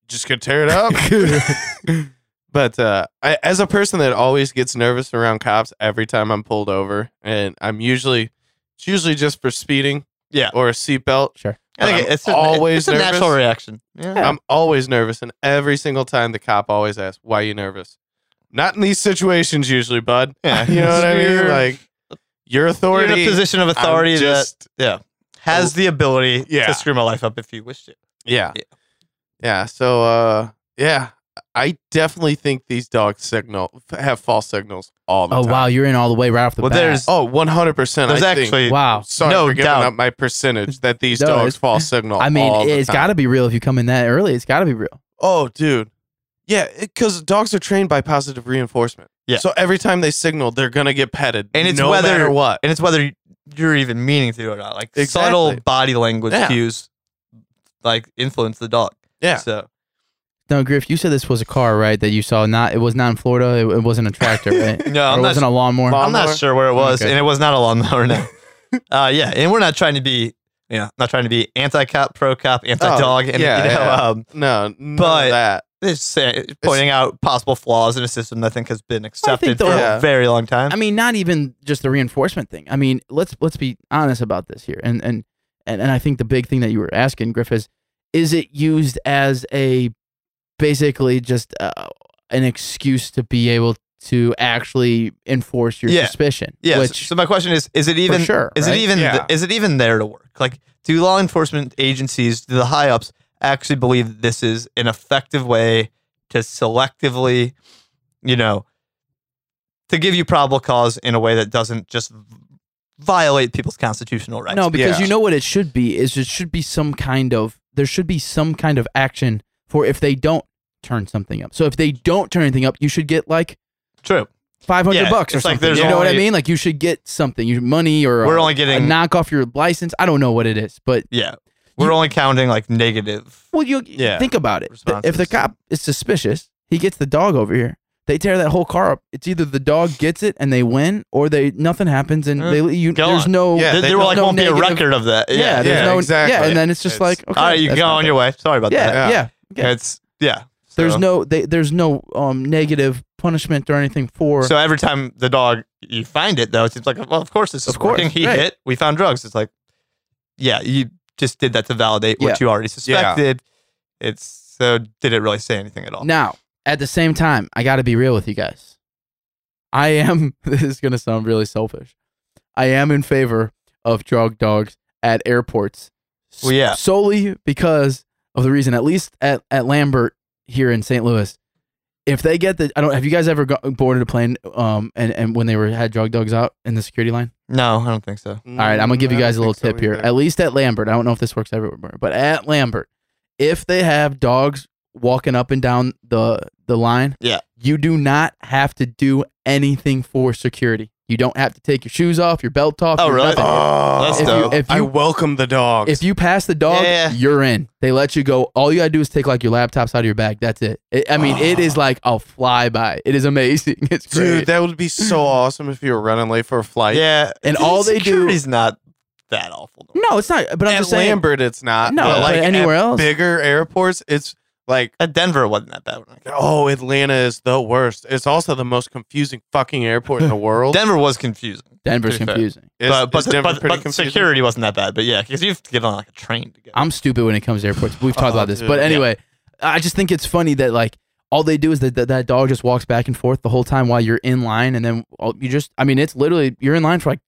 Speaker 2: just gonna tear it up. but uh, I, as a person that always gets nervous around cops every time I'm pulled over, and I'm usually, it's usually just for speeding.
Speaker 1: Yeah.
Speaker 2: or a seatbelt.
Speaker 3: Sure.
Speaker 1: I think
Speaker 2: I'm
Speaker 1: it's an-
Speaker 2: always
Speaker 1: it's a
Speaker 2: nervous.
Speaker 1: natural reaction. Yeah.
Speaker 2: I'm always nervous, and every single time the cop always asks, "Why you nervous?" Not in these situations usually, bud.
Speaker 1: Yeah.
Speaker 2: you know what I mean.
Speaker 1: You're-
Speaker 2: Like your
Speaker 1: You're in
Speaker 2: authority,
Speaker 1: a position of authority
Speaker 2: I'm
Speaker 1: that
Speaker 2: just
Speaker 1: yeah has the ability
Speaker 2: Yeah.
Speaker 1: to screw my life up if you wish to.
Speaker 2: yeah.
Speaker 1: Yeah.
Speaker 2: yeah, So, uh, yeah, I definitely think these dogs signal have false signals all the
Speaker 3: Oh
Speaker 2: time.
Speaker 3: wow, you're in all the way right off the
Speaker 1: Well,
Speaker 3: bat.
Speaker 1: there's-
Speaker 2: Oh, one hundred percent.
Speaker 1: There's
Speaker 2: I think-
Speaker 1: actually
Speaker 3: wow.
Speaker 2: sorry
Speaker 1: no
Speaker 2: for giving
Speaker 1: doubt.
Speaker 2: up my percentage that these
Speaker 3: No,
Speaker 2: dogs
Speaker 3: it's-
Speaker 2: false signal.
Speaker 3: I
Speaker 2: all
Speaker 3: mean,
Speaker 2: the
Speaker 3: it's
Speaker 2: time.
Speaker 3: got to be real if you come in that early. It's got to be real.
Speaker 2: Oh, dude. Yeah, because dogs are trained by positive reinforcement.
Speaker 1: Yeah.
Speaker 2: So every time they signal, they're gonna get petted,
Speaker 1: And it's
Speaker 2: no
Speaker 1: whether-
Speaker 2: matter what.
Speaker 1: and it's whether you're even meaning to or not. Like subtle
Speaker 2: Exactly.
Speaker 1: body language
Speaker 2: Yeah.
Speaker 1: cues, like influence the dog.
Speaker 2: Yeah.
Speaker 1: So
Speaker 3: No, Griff, you said this was a car, right? That you saw not. It was not in Florida. It, it wasn't a tractor, right?
Speaker 1: No,
Speaker 3: Or
Speaker 1: I'm
Speaker 3: it
Speaker 1: not
Speaker 3: wasn't a lawnmower.
Speaker 2: Lawn-
Speaker 1: I'm not
Speaker 2: Lawnmower?
Speaker 1: sure where it was,
Speaker 3: Okay.
Speaker 1: and it was not a lawnmower. No. uh, yeah, and we're not trying to be, you know, not trying to be anti-cop, pro-cop, anti-dog, and
Speaker 2: yeah,
Speaker 1: you know,
Speaker 2: yeah.
Speaker 1: um,
Speaker 2: no, none of
Speaker 1: But-
Speaker 2: that.
Speaker 1: it's, saying- it's pointing out possible flaws in a system that I think has been accepted
Speaker 3: the-
Speaker 1: for
Speaker 2: Yeah.
Speaker 1: a very long time.
Speaker 3: I mean, not even just the reinforcement thing. I mean, let's let's be honest about this here. And and and, and I think the big thing that you were asking, Griff, is is it used as a basically just uh, an excuse to be able to actually enforce your
Speaker 1: Yeah.
Speaker 3: suspicion?
Speaker 1: yeah.
Speaker 3: Which
Speaker 1: so my question is: Is it even?
Speaker 3: for sure
Speaker 1: Is
Speaker 3: right?
Speaker 1: it even?
Speaker 2: Yeah.
Speaker 1: is it even there to work? Like, do law enforcement agencies, do the high ups actually believe that this is an effective way to selectively, you know, to give you probable cause in a way that doesn't just violate people's constitutional rights?
Speaker 3: No, because
Speaker 2: Yeah.
Speaker 3: you know what it should be is it should be some kind of there should be some kind of action for if they don't turn something up. So if they don't turn anything up, you should get like
Speaker 1: true.
Speaker 3: five hundred
Speaker 1: Yeah,
Speaker 3: bucks or
Speaker 1: it's like
Speaker 3: something.
Speaker 1: there's
Speaker 3: you know what I
Speaker 1: only-
Speaker 3: mean? Like you should get something, you money or
Speaker 1: We're
Speaker 3: a,
Speaker 1: only
Speaker 3: a
Speaker 1: getting
Speaker 3: knock off your license. I don't know what it is, but
Speaker 1: yeah. We're
Speaker 3: You-
Speaker 1: only counting like negative.
Speaker 3: well, you
Speaker 2: Yeah.
Speaker 3: think about it. The- If the
Speaker 1: Responses.
Speaker 3: cop is suspicious, he gets the dog over here. They tear that whole car up. It's either the dog gets it and they win, or they nothing happens and
Speaker 1: Mm,
Speaker 3: they you,
Speaker 1: go
Speaker 3: there's
Speaker 1: on.
Speaker 3: no
Speaker 2: Yeah,
Speaker 1: there
Speaker 2: they
Speaker 1: there will
Speaker 2: don't-
Speaker 1: like
Speaker 3: no
Speaker 1: won't be a
Speaker 3: negative-
Speaker 1: record of that.
Speaker 3: yeah,
Speaker 1: Yeah.
Speaker 3: there's
Speaker 2: yeah,
Speaker 3: no
Speaker 2: exactly.
Speaker 3: yeah, and then it's just
Speaker 2: It's-
Speaker 3: like okay,
Speaker 1: All right, you
Speaker 3: that's
Speaker 1: go
Speaker 3: not
Speaker 1: on
Speaker 3: bad.
Speaker 1: your way. Sorry about that.
Speaker 3: yeah,
Speaker 2: Yeah.
Speaker 3: yeah. yeah.
Speaker 1: It's yeah.
Speaker 3: There's
Speaker 1: So-
Speaker 3: no they, there's no um, negative punishment or anything for.
Speaker 1: So every time the dog you find it though, it seems like well, of course this is
Speaker 3: Of course,
Speaker 1: working. He
Speaker 3: right.
Speaker 1: hit. We found drugs. It's like, yeah, you just did that to validate what you already suspected. It's so did it really say anything at all?
Speaker 3: now, at the same time, I got to be real with you guys. I am. This is gonna sound really selfish. I am in favor of drug dogs at airports. s-
Speaker 1: Well, yeah.
Speaker 3: Solely because of the reason, at least at, at Lambert here in St. Louis, if they get the, I don't. Have you guys ever go, boarded a plane? Um, and and when they were had drug dogs out in the security line.
Speaker 1: No, I don't think so.
Speaker 2: Mm.
Speaker 3: All right, I'm gonna give you
Speaker 2: I don't
Speaker 3: guys a little
Speaker 2: think so
Speaker 3: tip here.
Speaker 2: either.
Speaker 3: At least at Lambert, I don't know if this works everywhere, but at Lambert, if they have dogs walking up and down the the line,
Speaker 1: Yeah.
Speaker 3: you do not have to do anything for security. You don't have to take your shoes off, your belt off.
Speaker 1: Oh,
Speaker 3: your
Speaker 1: really?
Speaker 3: nothing.
Speaker 1: That's
Speaker 3: if
Speaker 1: dope.
Speaker 3: you, if
Speaker 2: I
Speaker 3: you
Speaker 2: welcome the dogs.
Speaker 3: if you pass the dog,
Speaker 1: Yeah.
Speaker 3: you're in. They let you go. All you gotta do is take like your laptops out of your bag. That's it. It- I mean, it is like a flyby. It is amazing. It's
Speaker 2: Dude,
Speaker 3: great.
Speaker 2: that would be so awesome if you were running late for a flight.
Speaker 1: Uh, yeah.
Speaker 3: and all they do-
Speaker 1: Security's not that awful.
Speaker 3: no, it's not. But I'm
Speaker 2: At
Speaker 3: just saying.
Speaker 2: Lambert, it's not.
Speaker 3: No,
Speaker 2: but
Speaker 3: but
Speaker 2: like
Speaker 3: anywhere
Speaker 2: at
Speaker 3: else.
Speaker 2: bigger airports, it's like,
Speaker 1: At Uh, Denver, it wasn't that bad. When I got-
Speaker 2: oh, Atlanta is the worst. It's also the most confusing fucking airport in the world.
Speaker 1: Denver was confusing,
Speaker 3: Denver's
Speaker 1: Pretty fair.
Speaker 3: confusing.
Speaker 2: Is-
Speaker 1: but but,
Speaker 2: is Denver
Speaker 1: but,
Speaker 2: pretty
Speaker 1: but
Speaker 2: confusing?
Speaker 1: security wasn't that bad. But yeah, because you have to get on like a train to go.
Speaker 3: I'm stupid when it comes to airports. We've talked
Speaker 2: Oh,
Speaker 3: about this,
Speaker 2: dude.
Speaker 3: but anyway, I just think it's funny that like all they do is that that, that dog just walks back and forth the whole time while you're in line, and then all, you just I mean it's literally you're in line for like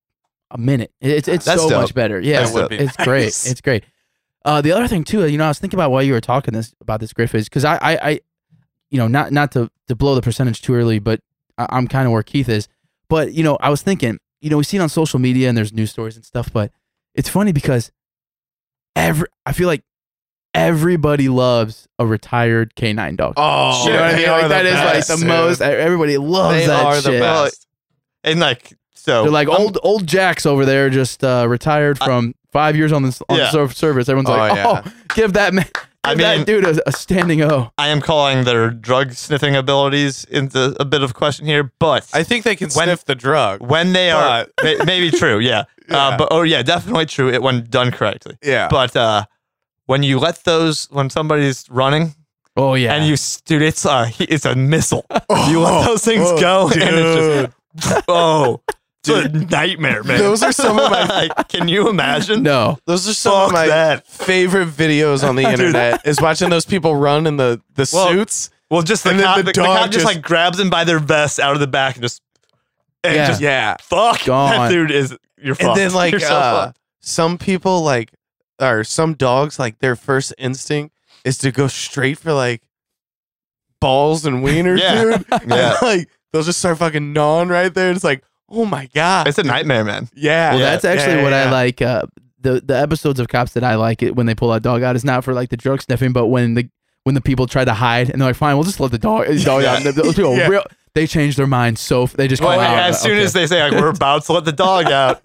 Speaker 3: a minute. It- It's it's
Speaker 1: That's
Speaker 3: so
Speaker 1: dope.
Speaker 3: much better. Yeah,
Speaker 1: That's
Speaker 3: it's,
Speaker 1: dope.
Speaker 3: it's great. It's great. Uh, the other thing too, you know, I was thinking about while you were talking this about this Griff is because I, I I you know not not to to blow the percentage too early, but I, I'm kind of where Keith is. But you know, I was thinking, you know, we see it on social media and there's news stories and stuff, but it's funny because every I feel like everybody loves a retired canine dog.
Speaker 2: Oh,
Speaker 3: you know what I
Speaker 2: they
Speaker 3: mean?
Speaker 2: are
Speaker 3: Like, that is
Speaker 2: best,
Speaker 3: like the
Speaker 2: dude.
Speaker 3: most. e, Everybody loves
Speaker 2: They
Speaker 3: that
Speaker 2: are
Speaker 3: shit.
Speaker 2: the best.
Speaker 1: and like so,
Speaker 3: They're like
Speaker 1: I'm-
Speaker 3: old old Jacks over there, just uh, retired from five years on this on
Speaker 1: Yeah.
Speaker 3: the ser- service. Everyone's
Speaker 2: Oh,
Speaker 3: like,
Speaker 2: yeah.
Speaker 3: oh, give that man, give
Speaker 1: I mean-
Speaker 3: that dude a, a standing O.
Speaker 1: I am calling their drug sniffing abilities into a bit of question here, but
Speaker 2: I think they can
Speaker 1: When-
Speaker 2: sniff the drug.
Speaker 1: when they are may, maybe true, yeah,
Speaker 2: Yeah.
Speaker 1: Uh, but oh yeah, definitely true. It when done correctly,
Speaker 2: yeah.
Speaker 1: but uh, when you let those when somebody's running
Speaker 3: Oh yeah,
Speaker 1: and you s- dude, it's a he- it's a missile. you let those things
Speaker 2: oh,
Speaker 1: go, and it's just oh, dude, nightmare, man.
Speaker 2: Those are some of my-
Speaker 1: Like, can you imagine?
Speaker 3: no.
Speaker 2: Those are some
Speaker 1: Fuck
Speaker 2: of my
Speaker 1: that.
Speaker 2: favorite videos on the internet. Is watching those people run in the the
Speaker 1: Well,
Speaker 2: suits.
Speaker 1: Well, just the
Speaker 2: And then
Speaker 1: cop,
Speaker 2: the
Speaker 1: the, the
Speaker 2: dog
Speaker 1: cop just,
Speaker 2: just-
Speaker 1: like grabs them by their vest out of the back and just and
Speaker 3: Yeah.
Speaker 1: just
Speaker 2: Yeah,
Speaker 1: fuck
Speaker 3: Gone.
Speaker 1: that dude is you're fucked.
Speaker 2: and then like
Speaker 1: You're so
Speaker 2: uh,
Speaker 1: fucked.
Speaker 2: some people like or some dogs like their first instinct is to go straight for like balls and wiener,
Speaker 1: Yeah.
Speaker 2: dude.
Speaker 1: Yeah.
Speaker 2: like they'll just start fucking gnawing right there. It's like, oh my god,
Speaker 1: it's a nightmare, man.
Speaker 2: yeah.
Speaker 3: Well,
Speaker 1: Yeah,
Speaker 3: that's actually
Speaker 2: yeah,
Speaker 3: what I
Speaker 2: yeah.
Speaker 3: like. Uh, the the episodes of cops that I like it when they pull that dog out is not for like the drug sniffing, but when the when the people try to hide and they're like, fine, we'll just let the dog the dog out. And the- those people
Speaker 2: Yeah.
Speaker 3: real, they change their mind so f- they just
Speaker 1: Well,
Speaker 3: come out.
Speaker 1: as
Speaker 3: Uh,
Speaker 1: soon
Speaker 3: okay.
Speaker 1: as they say like we're about to let the dog out,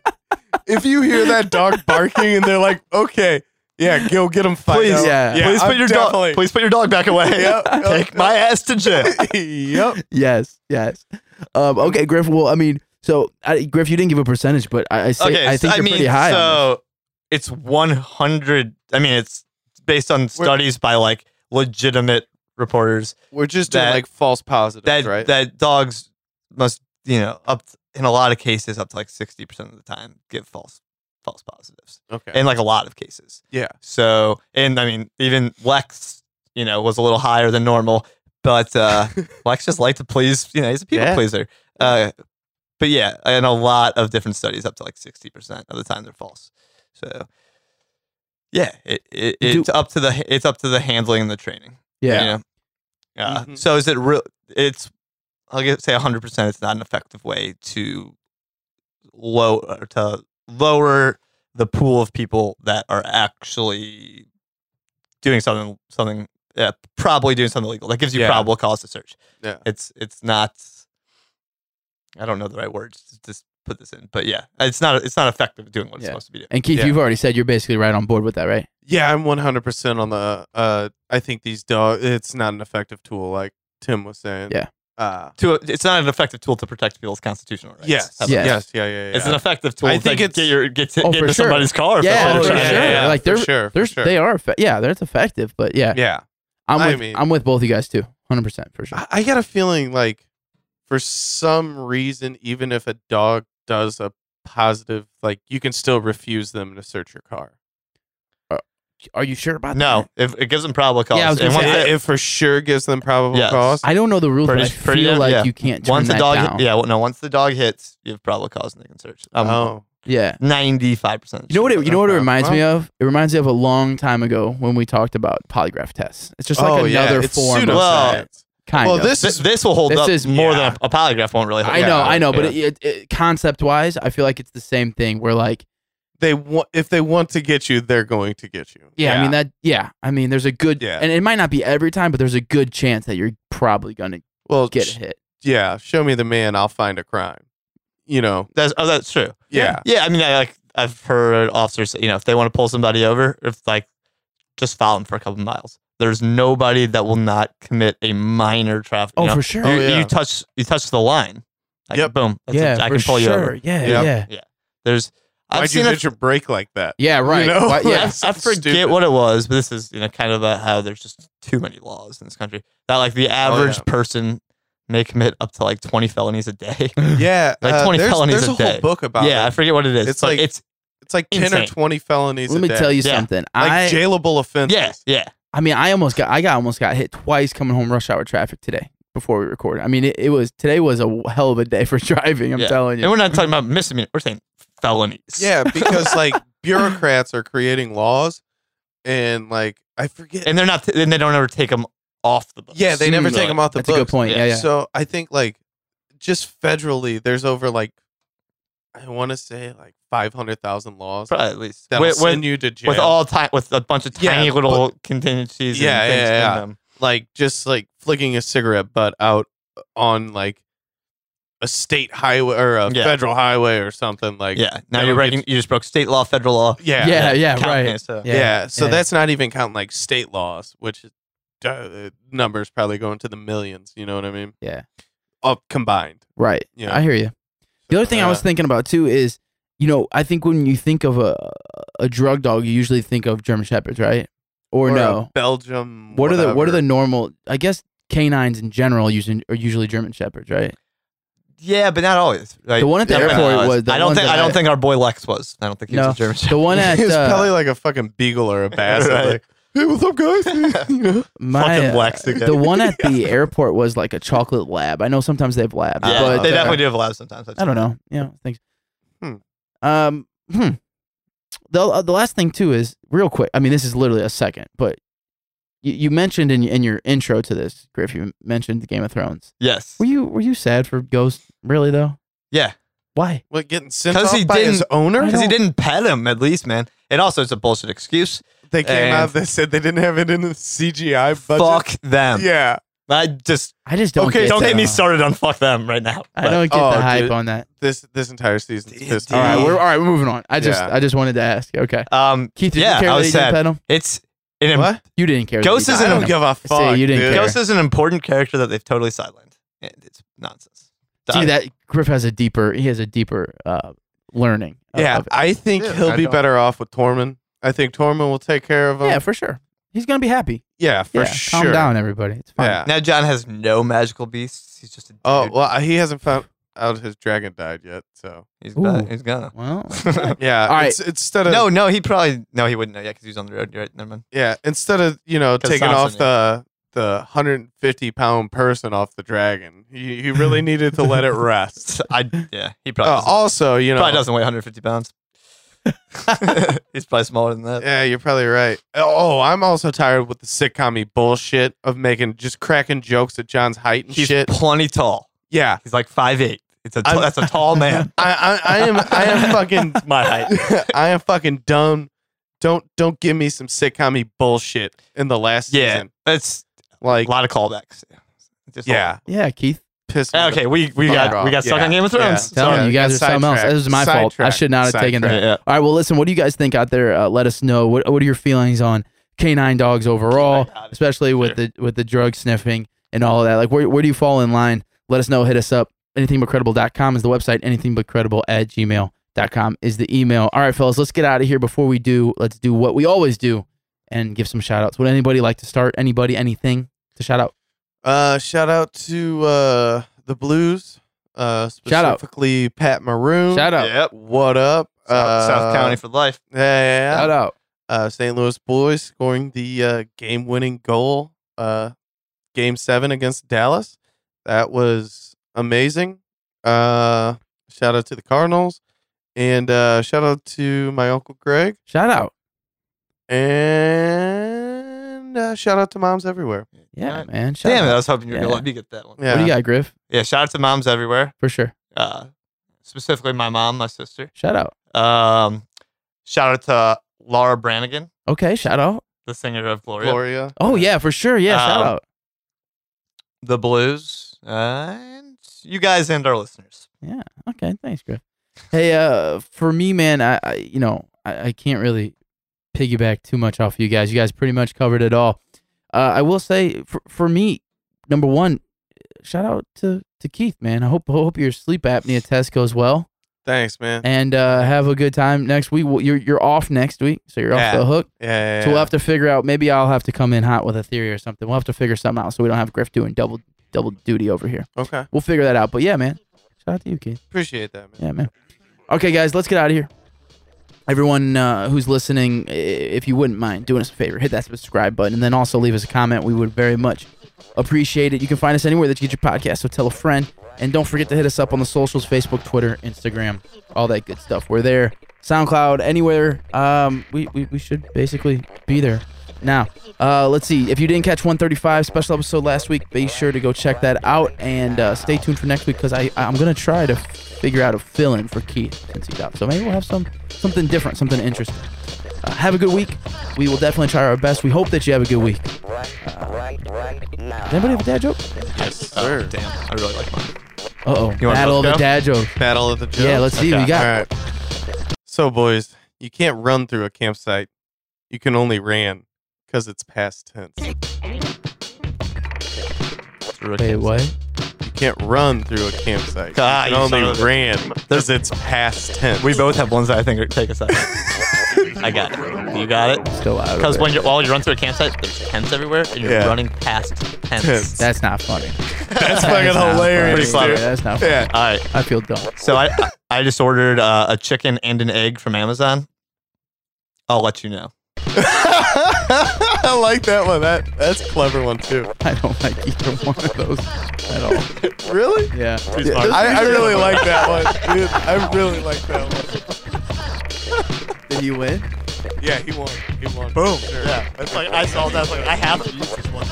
Speaker 2: if you hear that dog barking and they're like, okay, yeah, go get him.
Speaker 1: Please,
Speaker 3: yeah.
Speaker 1: please put your dog, please put your dog back away.
Speaker 2: Yep.
Speaker 1: Take my ass to jail.
Speaker 2: yep.
Speaker 3: yes, yes. Um, okay, Griff. Well, I mean, so I, Griff, you didn't give a percentage, but I, I say
Speaker 1: Okay,
Speaker 3: I
Speaker 1: so-
Speaker 3: think you're
Speaker 1: mean,
Speaker 3: pretty high. on this.
Speaker 1: So it's one hundred. I mean, it's based on studies by like legitimate reporters
Speaker 2: We're just doing
Speaker 1: That-
Speaker 2: like false positives,
Speaker 1: that
Speaker 2: right?
Speaker 1: that dogs must you know up t- in a lot of cases up to like 60% of the time give false false positives
Speaker 2: okay.
Speaker 1: in like a lot of cases
Speaker 2: Yeah.
Speaker 1: so and i mean even lex you know was a little higher than normal but uh lex just liked to please you know he's a people
Speaker 2: Yeah.
Speaker 1: pleaser uh but yeah and a lot of different studies up to like 60% of the time they're false so yeah it, it,
Speaker 3: Do-
Speaker 1: it's up to the it's up to the handling and the training
Speaker 3: yeah.
Speaker 1: you know? Yeah.
Speaker 2: Mhm.
Speaker 1: So is it real? It's I'll give, say 100. percent It's not an effective way to low or to lower the pool of people that are actually doing something something yeah, probably doing something illegal. That gives you
Speaker 2: Yeah.
Speaker 1: probable cause to search.
Speaker 2: Yeah.
Speaker 1: It's it's not. I don't know the right words to just put this in, but yeah, it's not it's not effective doing what it's
Speaker 3: Yeah.
Speaker 1: supposed to be doing.
Speaker 3: And Keith,
Speaker 2: Yeah.
Speaker 3: you've already said you're basically right on board with that, right?
Speaker 2: Yeah, I'm 100% on the. Uh, I think these dog. It's not an effective tool, like Tim was saying.
Speaker 3: Yeah.
Speaker 2: Uh,
Speaker 1: To it's not an effective tool to protect people's constitutional rights.
Speaker 2: yes.
Speaker 1: That's-
Speaker 3: Yes.
Speaker 2: Yes. Yes. Yeah. Yeah. yeah.
Speaker 1: It's an effective tool.
Speaker 2: I
Speaker 1: to
Speaker 2: think it's-
Speaker 1: get your get, to,
Speaker 3: Oh,
Speaker 1: get
Speaker 3: for
Speaker 1: into
Speaker 3: sure.
Speaker 1: somebody's car. if
Speaker 3: Yeah,
Speaker 1: that's
Speaker 3: oh,
Speaker 1: what
Speaker 3: for
Speaker 1: you're trying to
Speaker 3: sure.
Speaker 1: do.
Speaker 3: Like,
Speaker 2: for
Speaker 3: they're-
Speaker 2: sure.
Speaker 3: They're,
Speaker 2: for sure.
Speaker 3: They are, effe- yeah, they're it's effective, but yeah,
Speaker 2: Yeah.
Speaker 3: I'm
Speaker 2: I
Speaker 3: with
Speaker 2: mean-
Speaker 3: I'm with both you guys too, hundred percent for sure.
Speaker 2: I I got a feeling like, for some reason, even if a dog does a positive, like you can still refuse them to search your car.
Speaker 3: Are you sure about that?
Speaker 1: No, if it gives them probable cause.
Speaker 3: Yeah, I was
Speaker 1: and
Speaker 3: gonna
Speaker 1: once
Speaker 3: say,
Speaker 2: It,
Speaker 1: they-
Speaker 2: it for sure gives them probable
Speaker 1: Yes.
Speaker 2: cause.
Speaker 3: I don't know the rules,
Speaker 1: Pretty-
Speaker 3: but I
Speaker 1: pretty
Speaker 3: feel
Speaker 1: damn-
Speaker 3: like
Speaker 1: yeah.
Speaker 3: you can't turn
Speaker 1: once
Speaker 3: that
Speaker 1: the dog,
Speaker 3: down.
Speaker 1: yeah, well, no, once the dog hits, you have probable cause and they can search. Um,
Speaker 2: oh.
Speaker 3: yeah.
Speaker 1: ninety five percent.
Speaker 3: You know what? It, you know what it
Speaker 2: Okay.
Speaker 3: reminds me of? It reminds me of a long time ago when we talked about polygraph tests. It's just like
Speaker 2: oh,
Speaker 3: another
Speaker 2: yeah.
Speaker 3: form
Speaker 2: It's
Speaker 3: of
Speaker 1: Well,
Speaker 3: that, kind
Speaker 2: well,
Speaker 3: of.
Speaker 2: this
Speaker 1: This,
Speaker 2: is
Speaker 1: this will hold
Speaker 3: This
Speaker 1: up
Speaker 3: is-
Speaker 1: more
Speaker 2: yeah.
Speaker 1: than a, a polygraph won't really. Hold
Speaker 3: I know,
Speaker 1: up.
Speaker 3: I know, but
Speaker 1: Yeah.
Speaker 3: it, it, it, concept-wise, I feel like it's the same thing. Where like,
Speaker 2: they want if they want to get you, they're going to get you.
Speaker 3: yeah, I mean that, yeah, I mean there's a good,
Speaker 2: Yeah.
Speaker 3: and it might not be every time, but there's a good chance that you're probably gonna
Speaker 2: well,
Speaker 3: get
Speaker 2: sh-
Speaker 3: hit.
Speaker 2: yeah, show me the man, I'll find a crime. you know,
Speaker 1: That's oh, that's true.
Speaker 2: yeah.
Speaker 1: Yeah, I mean, I, like I've heard officers, say, you know, if they want to pull somebody over, if like just follow them for a couple miles. There's nobody that will not commit a minor traffic.
Speaker 3: Oh,
Speaker 1: you know?
Speaker 3: for sure.
Speaker 1: You,
Speaker 2: Oh, yeah.
Speaker 1: you touch you touch the line. Like,
Speaker 2: Yep.
Speaker 1: Boom. That's
Speaker 3: yeah,
Speaker 1: it. I
Speaker 3: for
Speaker 1: can pull you
Speaker 3: sure.
Speaker 1: over.
Speaker 3: Yeah,
Speaker 2: Yep.
Speaker 3: yeah,
Speaker 1: There's. I've
Speaker 2: Why'd you
Speaker 1: seen a-
Speaker 2: hit your brake like that?
Speaker 3: yeah. Right.
Speaker 2: You know?
Speaker 3: Why- yeah.
Speaker 1: I, I
Speaker 2: something
Speaker 1: forget
Speaker 2: stupid.
Speaker 1: what it was, but this is you know kind of about how there's just too many laws in this country that like the average
Speaker 2: Oh, yeah.
Speaker 1: person may commit up to like 20 felonies a day.
Speaker 2: Yeah, uh,
Speaker 1: Like 20
Speaker 2: there's,
Speaker 1: felonies
Speaker 2: there's
Speaker 1: a
Speaker 2: a, whole
Speaker 1: day.
Speaker 2: book about
Speaker 1: yeah, I
Speaker 2: it.
Speaker 1: forget what it is.
Speaker 2: It's
Speaker 1: but
Speaker 2: like-
Speaker 1: it's
Speaker 2: It's like ten or
Speaker 1: Insane.
Speaker 2: twenty felonies.
Speaker 3: Let
Speaker 2: a
Speaker 3: me
Speaker 2: day.
Speaker 3: tell you
Speaker 1: Yeah.
Speaker 3: something.
Speaker 2: like
Speaker 3: I
Speaker 2: jailable offenses.
Speaker 1: yeah, yeah.
Speaker 3: I mean, I almost got I got almost got hit twice coming home rush hour traffic today before we recorded. I mean, it, it was today was a hell of a day for driving. I'm
Speaker 1: Yeah.
Speaker 3: telling
Speaker 1: And
Speaker 3: you.
Speaker 1: we're not talking about misdemeanor. We're saying felonies.
Speaker 2: Yeah, because like bureaucrats are creating laws, and like I forget.
Speaker 1: and they're not. and they don't ever take them off the books.
Speaker 2: yeah, they never take them off the
Speaker 3: That's
Speaker 2: books.
Speaker 3: a good point. Yeah,
Speaker 1: Yeah.
Speaker 3: yeah.
Speaker 2: So I think like just federally, there's over like I want to say like five hundred thousand laws
Speaker 1: Probably at least
Speaker 2: that will
Speaker 1: with,
Speaker 2: send
Speaker 1: with,
Speaker 2: you to jail.
Speaker 1: with all time with a bunch of
Speaker 2: Yeah,
Speaker 1: tiny little contingencies.
Speaker 2: Yeah,
Speaker 1: and things
Speaker 2: yeah, yeah.
Speaker 1: in them.
Speaker 2: like just like flicking a cigarette butt out on like a state highway or a
Speaker 1: Yeah.
Speaker 2: federal highway or something like
Speaker 1: yeah. Now
Speaker 2: that
Speaker 1: you're
Speaker 2: would
Speaker 1: breaking. You just broke state law, federal law.
Speaker 2: yeah
Speaker 3: Yeah, yeah,
Speaker 1: Count
Speaker 3: right.
Speaker 1: things, so.
Speaker 2: yeah, so
Speaker 3: yeah.
Speaker 2: that's not even counting like state laws which is- uh, numbers probably go into the millions you know what i mean
Speaker 3: Yeah.
Speaker 2: all combined
Speaker 3: Right.
Speaker 2: Yeah.
Speaker 3: I hear you. The other thing I was
Speaker 2: Uh,
Speaker 3: thinking about too is, you know, I think when you think of a a drug dog, you usually think of German shepherds, right? Or,
Speaker 2: a
Speaker 3: no?
Speaker 2: belgium
Speaker 3: What are the what are
Speaker 2: whatever.
Speaker 3: the normal? I guess canines in general using are usually German shepherds, right?
Speaker 1: Yeah, but not always. Like,
Speaker 3: The one at the
Speaker 1: yeah, but not
Speaker 3: airport
Speaker 1: always.
Speaker 3: was the
Speaker 1: I don't
Speaker 3: ones
Speaker 1: think.
Speaker 3: that
Speaker 1: I don't
Speaker 3: I-
Speaker 1: think our boy Lex was. I don't think he
Speaker 3: No.
Speaker 1: was a German.
Speaker 3: The one at
Speaker 2: it's
Speaker 3: uh,
Speaker 2: probably like a fucking beagle or a basset.
Speaker 1: Right.
Speaker 2: Like, hey, what's up, guys? You know?
Speaker 3: my
Speaker 1: fucking
Speaker 3: uh,
Speaker 1: Lex again.
Speaker 3: the one at the airport was like a chocolate lab. I know sometimes they have labs,
Speaker 1: Yeah,
Speaker 3: but
Speaker 1: they
Speaker 3: uh,
Speaker 1: definitely do have labs sometimes.
Speaker 3: I don't know. Yeah, thanks.
Speaker 2: Hmm.
Speaker 3: Um, hmm. The uh, the last thing too is real quick. I mean, this is literally a second, but you, you mentioned in in your intro to this, Griff, you mentioned Game of Thrones.
Speaker 1: Yes.
Speaker 3: Were you were you sad for Ghost? Really though?
Speaker 1: Yeah.
Speaker 3: Why?
Speaker 2: What getting sent
Speaker 1: 'Cause
Speaker 2: off
Speaker 1: he
Speaker 2: by his
Speaker 1: didn't-
Speaker 2: owner?
Speaker 1: Because he didn't pet him, at least, man. And also, it's a bullshit excuse.
Speaker 2: They came
Speaker 1: And-
Speaker 2: out. They said they didn't have it in the CGI budget.
Speaker 1: Fuck them.
Speaker 2: Yeah.
Speaker 1: I just
Speaker 3: I just don't.
Speaker 1: okay.
Speaker 3: Get
Speaker 1: Don't
Speaker 3: the-
Speaker 1: get me started on fuck them right now.
Speaker 3: I don't get
Speaker 2: Oh,
Speaker 3: the hype
Speaker 2: dude.
Speaker 3: on that.
Speaker 2: This this entire season's pissed
Speaker 3: All
Speaker 2: me
Speaker 3: right,
Speaker 2: off.
Speaker 3: we're all right. We're moving on. I just
Speaker 2: Yeah.
Speaker 3: I just wanted to ask. Okay,
Speaker 1: But, um,
Speaker 3: Keith, did
Speaker 1: yeah,
Speaker 3: you care
Speaker 1: I
Speaker 3: that
Speaker 1: was
Speaker 3: he didn't
Speaker 1: sad.
Speaker 3: pet him?
Speaker 1: It's an
Speaker 2: What?
Speaker 3: You didn't care. that
Speaker 1: Ghost
Speaker 3: he
Speaker 1: isn't
Speaker 2: I
Speaker 3: didn't
Speaker 1: a-
Speaker 2: don't
Speaker 3: pet him.
Speaker 2: give a fuck.
Speaker 3: See, you didn't
Speaker 2: dude.
Speaker 3: care.
Speaker 1: Ghost is an important character that they've totally sidelined. And it's nonsense.
Speaker 3: See
Speaker 1: Done.
Speaker 3: that Griff has a deeper. He has a deeper uh, learning. of-
Speaker 2: Yeah,
Speaker 3: of it.
Speaker 2: I think
Speaker 1: Yeah,
Speaker 2: he'll
Speaker 1: I
Speaker 2: be
Speaker 1: don't-
Speaker 2: better off with Tormund. I think Tormund will take care of him.
Speaker 3: yeah, for sure. He's gonna be happy.
Speaker 2: Yeah, um for
Speaker 3: yeah,
Speaker 2: sure.
Speaker 3: calm down, everybody. It's fine.
Speaker 2: Yeah.
Speaker 1: Now John has no magical beasts. He's just a dude.
Speaker 2: Oh well, he hasn't found out his dragon died yet. So
Speaker 1: he's,
Speaker 3: Ooh.
Speaker 1: gone. he's gonna.
Speaker 3: Well,
Speaker 2: yeah,
Speaker 3: All right.
Speaker 2: it's- instead of
Speaker 1: No, no, he probably no, he wouldn't know yet because he was on the road. You're right, never mind.
Speaker 2: yeah, instead of you know
Speaker 1: 'Cause
Speaker 2: taking off
Speaker 1: Sansa
Speaker 2: the the 150 pound person off the dragon, he, he really needed to let it rest.
Speaker 1: I yeah, he probably
Speaker 2: Uh,
Speaker 1: doesn't,
Speaker 2: also, you know,
Speaker 1: probably doesn't weigh 150 pounds. he's probably smaller than that.
Speaker 2: Yeah, you're probably right. Oh, I'm also tired with the sitcom bullshit of making just cracking jokes at John's height and
Speaker 1: He's
Speaker 2: shit.
Speaker 1: plenty tall.
Speaker 2: Yeah,
Speaker 1: He's like five eight. It's a t-
Speaker 2: I'm-
Speaker 1: that's a tall man.
Speaker 2: I, I, I am I am fucking
Speaker 1: My height.
Speaker 2: I am fucking dumb. Don't don't give me some sitcom bullshit in the last
Speaker 1: Yeah,
Speaker 2: season.
Speaker 1: that's
Speaker 2: Like
Speaker 1: a lot of callbacks. Just
Speaker 2: yeah,
Speaker 3: yeah, Keith.
Speaker 2: piss. me
Speaker 1: all- Ah, Okay, we we
Speaker 2: Fuck
Speaker 1: got
Speaker 2: off.
Speaker 1: we got stuck
Speaker 2: Yeah.
Speaker 1: on Game of
Speaker 2: Yeah.
Speaker 1: Thrones.
Speaker 2: Tell
Speaker 1: Sorry.
Speaker 3: Telling you, you guys are
Speaker 2: got
Speaker 3: something else.
Speaker 2: sidetracked.
Speaker 3: This is my fault. I
Speaker 2: Sidetracked.
Speaker 3: should not have taken
Speaker 2: Sidetracked.
Speaker 3: that.
Speaker 1: Yeah, yeah.
Speaker 3: All right. Well, listen. What do you guys think out there? Uh, let us know. What What are your feelings on canine dogs overall,
Speaker 1: Canine dogs,
Speaker 3: especially with the with the drug sniffing and all of that? Like, where where do you fall in line? Let us know. Hit us up. Anythingbutcredible.com is the website. Anythingbutcredible at gmail.com is the email. All right, fellas, let's get out of here. Before we do, let's do what we always do and give some shout outs. Would anybody like to start? Anybody, anything to shout out?
Speaker 2: Uh, shout out to uh the Blues. Uh,
Speaker 3: Shout out.
Speaker 2: specifically Pat Maroon.
Speaker 3: Shout out.
Speaker 1: Yep.
Speaker 2: What up?
Speaker 1: South, South
Speaker 2: Uh,
Speaker 1: County for life.
Speaker 2: Yeah, yeah, yeah.
Speaker 3: Shout out.
Speaker 2: uh, St. Louis Blues scoring the uh, game-winning goal, uh, Game Seven against Dallas. That was amazing. Uh, shout out to the Cardinals, and uh, shout out to my uncle Greg,
Speaker 3: Shout out.
Speaker 2: and uh, shout out to moms everywhere.
Speaker 3: Yeah,
Speaker 1: Alright.
Speaker 3: man. Shout
Speaker 1: Damn
Speaker 3: out.
Speaker 1: it, I was hoping you were
Speaker 3: Yeah.
Speaker 1: gonna let me get that one.
Speaker 2: Yeah,
Speaker 3: What do you got, Griff?
Speaker 1: Yeah, shout out to moms everywhere.
Speaker 3: For sure.
Speaker 1: Uh, specifically my mom, my sister.
Speaker 3: Shout out.
Speaker 1: Um, shout out to Laura Branigan,
Speaker 3: Okay, shout out.
Speaker 1: the singer of Gloria,
Speaker 2: Gloria.
Speaker 3: Oh yeah, for sure. Yeah, shout
Speaker 1: Um,
Speaker 3: out.
Speaker 1: the Blues, and you guys and our listeners.
Speaker 3: Okay, thanks, Griff. Hey, uh, for me, man, I, I you know, I, I can't really piggyback too much off you guys. You guys pretty much covered it all. Uh, I will say, for, for me, number one, shout out to, to Keith, man. I hope hope your sleep apnea test goes well,
Speaker 2: Thanks, man.
Speaker 3: and uh, have a good time next week. Well, You're you're off next week, so you're off
Speaker 2: Yeah.
Speaker 3: the hook.
Speaker 2: Yeah, yeah,
Speaker 3: So
Speaker 2: yeah.
Speaker 3: we'll have to figure out. Maybe I'll have to come in hot with a theory or something. We'll have to figure something out so we don't have Griff doing double double duty over here.
Speaker 2: Okay.
Speaker 3: We'll figure that out. But yeah, man, shout out to you, Keith.
Speaker 2: Appreciate that, man.
Speaker 3: Yeah, man. Okay, guys, let's get out of here. Everyone uh, who's listening, i- if you wouldn't mind doing us a favor, hit that subscribe button and then also leave us a comment. We would very much appreciate it. You can find us anywhere that you get your podcast, so tell a friend. And don't forget to hit us up on the socials Facebook, Twitter, Instagram, all that good stuff. We're there. SoundCloud, anywhere. Um, we, we, we should basically be there. Now, uh, let's see. If you didn't catch 135 special episode last week, be sure to go check that out and uh, stay tuned for next week because I I'm gonna try to figure out a fill-in for Keith since he's out. So maybe we'll have some something different, something interesting. Uh, have a good week. We will definitely try our best. We hope that you have a good week. Uh, does anybody have a dad joke?
Speaker 1: Oh, damn, I really like mine.
Speaker 3: Uh oh.
Speaker 1: You wanna
Speaker 3: Battle of
Speaker 1: go?
Speaker 3: the dad joke.
Speaker 2: Battle of the Jokes.
Speaker 3: Yeah, let's see what we got.
Speaker 2: All right. So, boys, you can't run through a campsite. You can only ran because it's past tense.
Speaker 1: It's really
Speaker 3: Wait,
Speaker 1: good.
Speaker 3: what?
Speaker 2: You can't run through a campsite.
Speaker 1: Ah,
Speaker 2: you
Speaker 1: you
Speaker 2: can
Speaker 1: son
Speaker 2: only
Speaker 1: of a-
Speaker 2: ran because it's past tense.
Speaker 1: We both have ones that I think are, take us out. I got it. You got it.
Speaker 3: Still out.
Speaker 1: Because
Speaker 3: Because
Speaker 1: when you while you run through a campsite, there's tents everywhere, and you're
Speaker 2: Yeah.
Speaker 1: running past tents.
Speaker 2: Tents.
Speaker 3: that's not funny. That
Speaker 2: That's fucking
Speaker 3: is not
Speaker 2: hilarious.
Speaker 3: funny.
Speaker 1: dude.
Speaker 3: That's not. Funny.
Speaker 2: Yeah.
Speaker 1: All right.
Speaker 3: I feel dumb.
Speaker 1: So I I just ordered uh, a chicken and an egg from Amazon. I'll let you know.
Speaker 2: I like that one. That that's a clever one too.
Speaker 3: I don't like either one of those at all.
Speaker 2: Really?
Speaker 3: Yeah.
Speaker 2: I, I really like that one. Dude, I really like that one.
Speaker 3: Did he win?
Speaker 2: Yeah, he won. He won.
Speaker 1: Boom.
Speaker 2: Sure.
Speaker 1: Yeah. It's like I saw that. Like I have to use this one.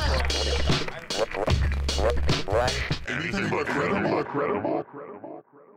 Speaker 8: Anything but credible.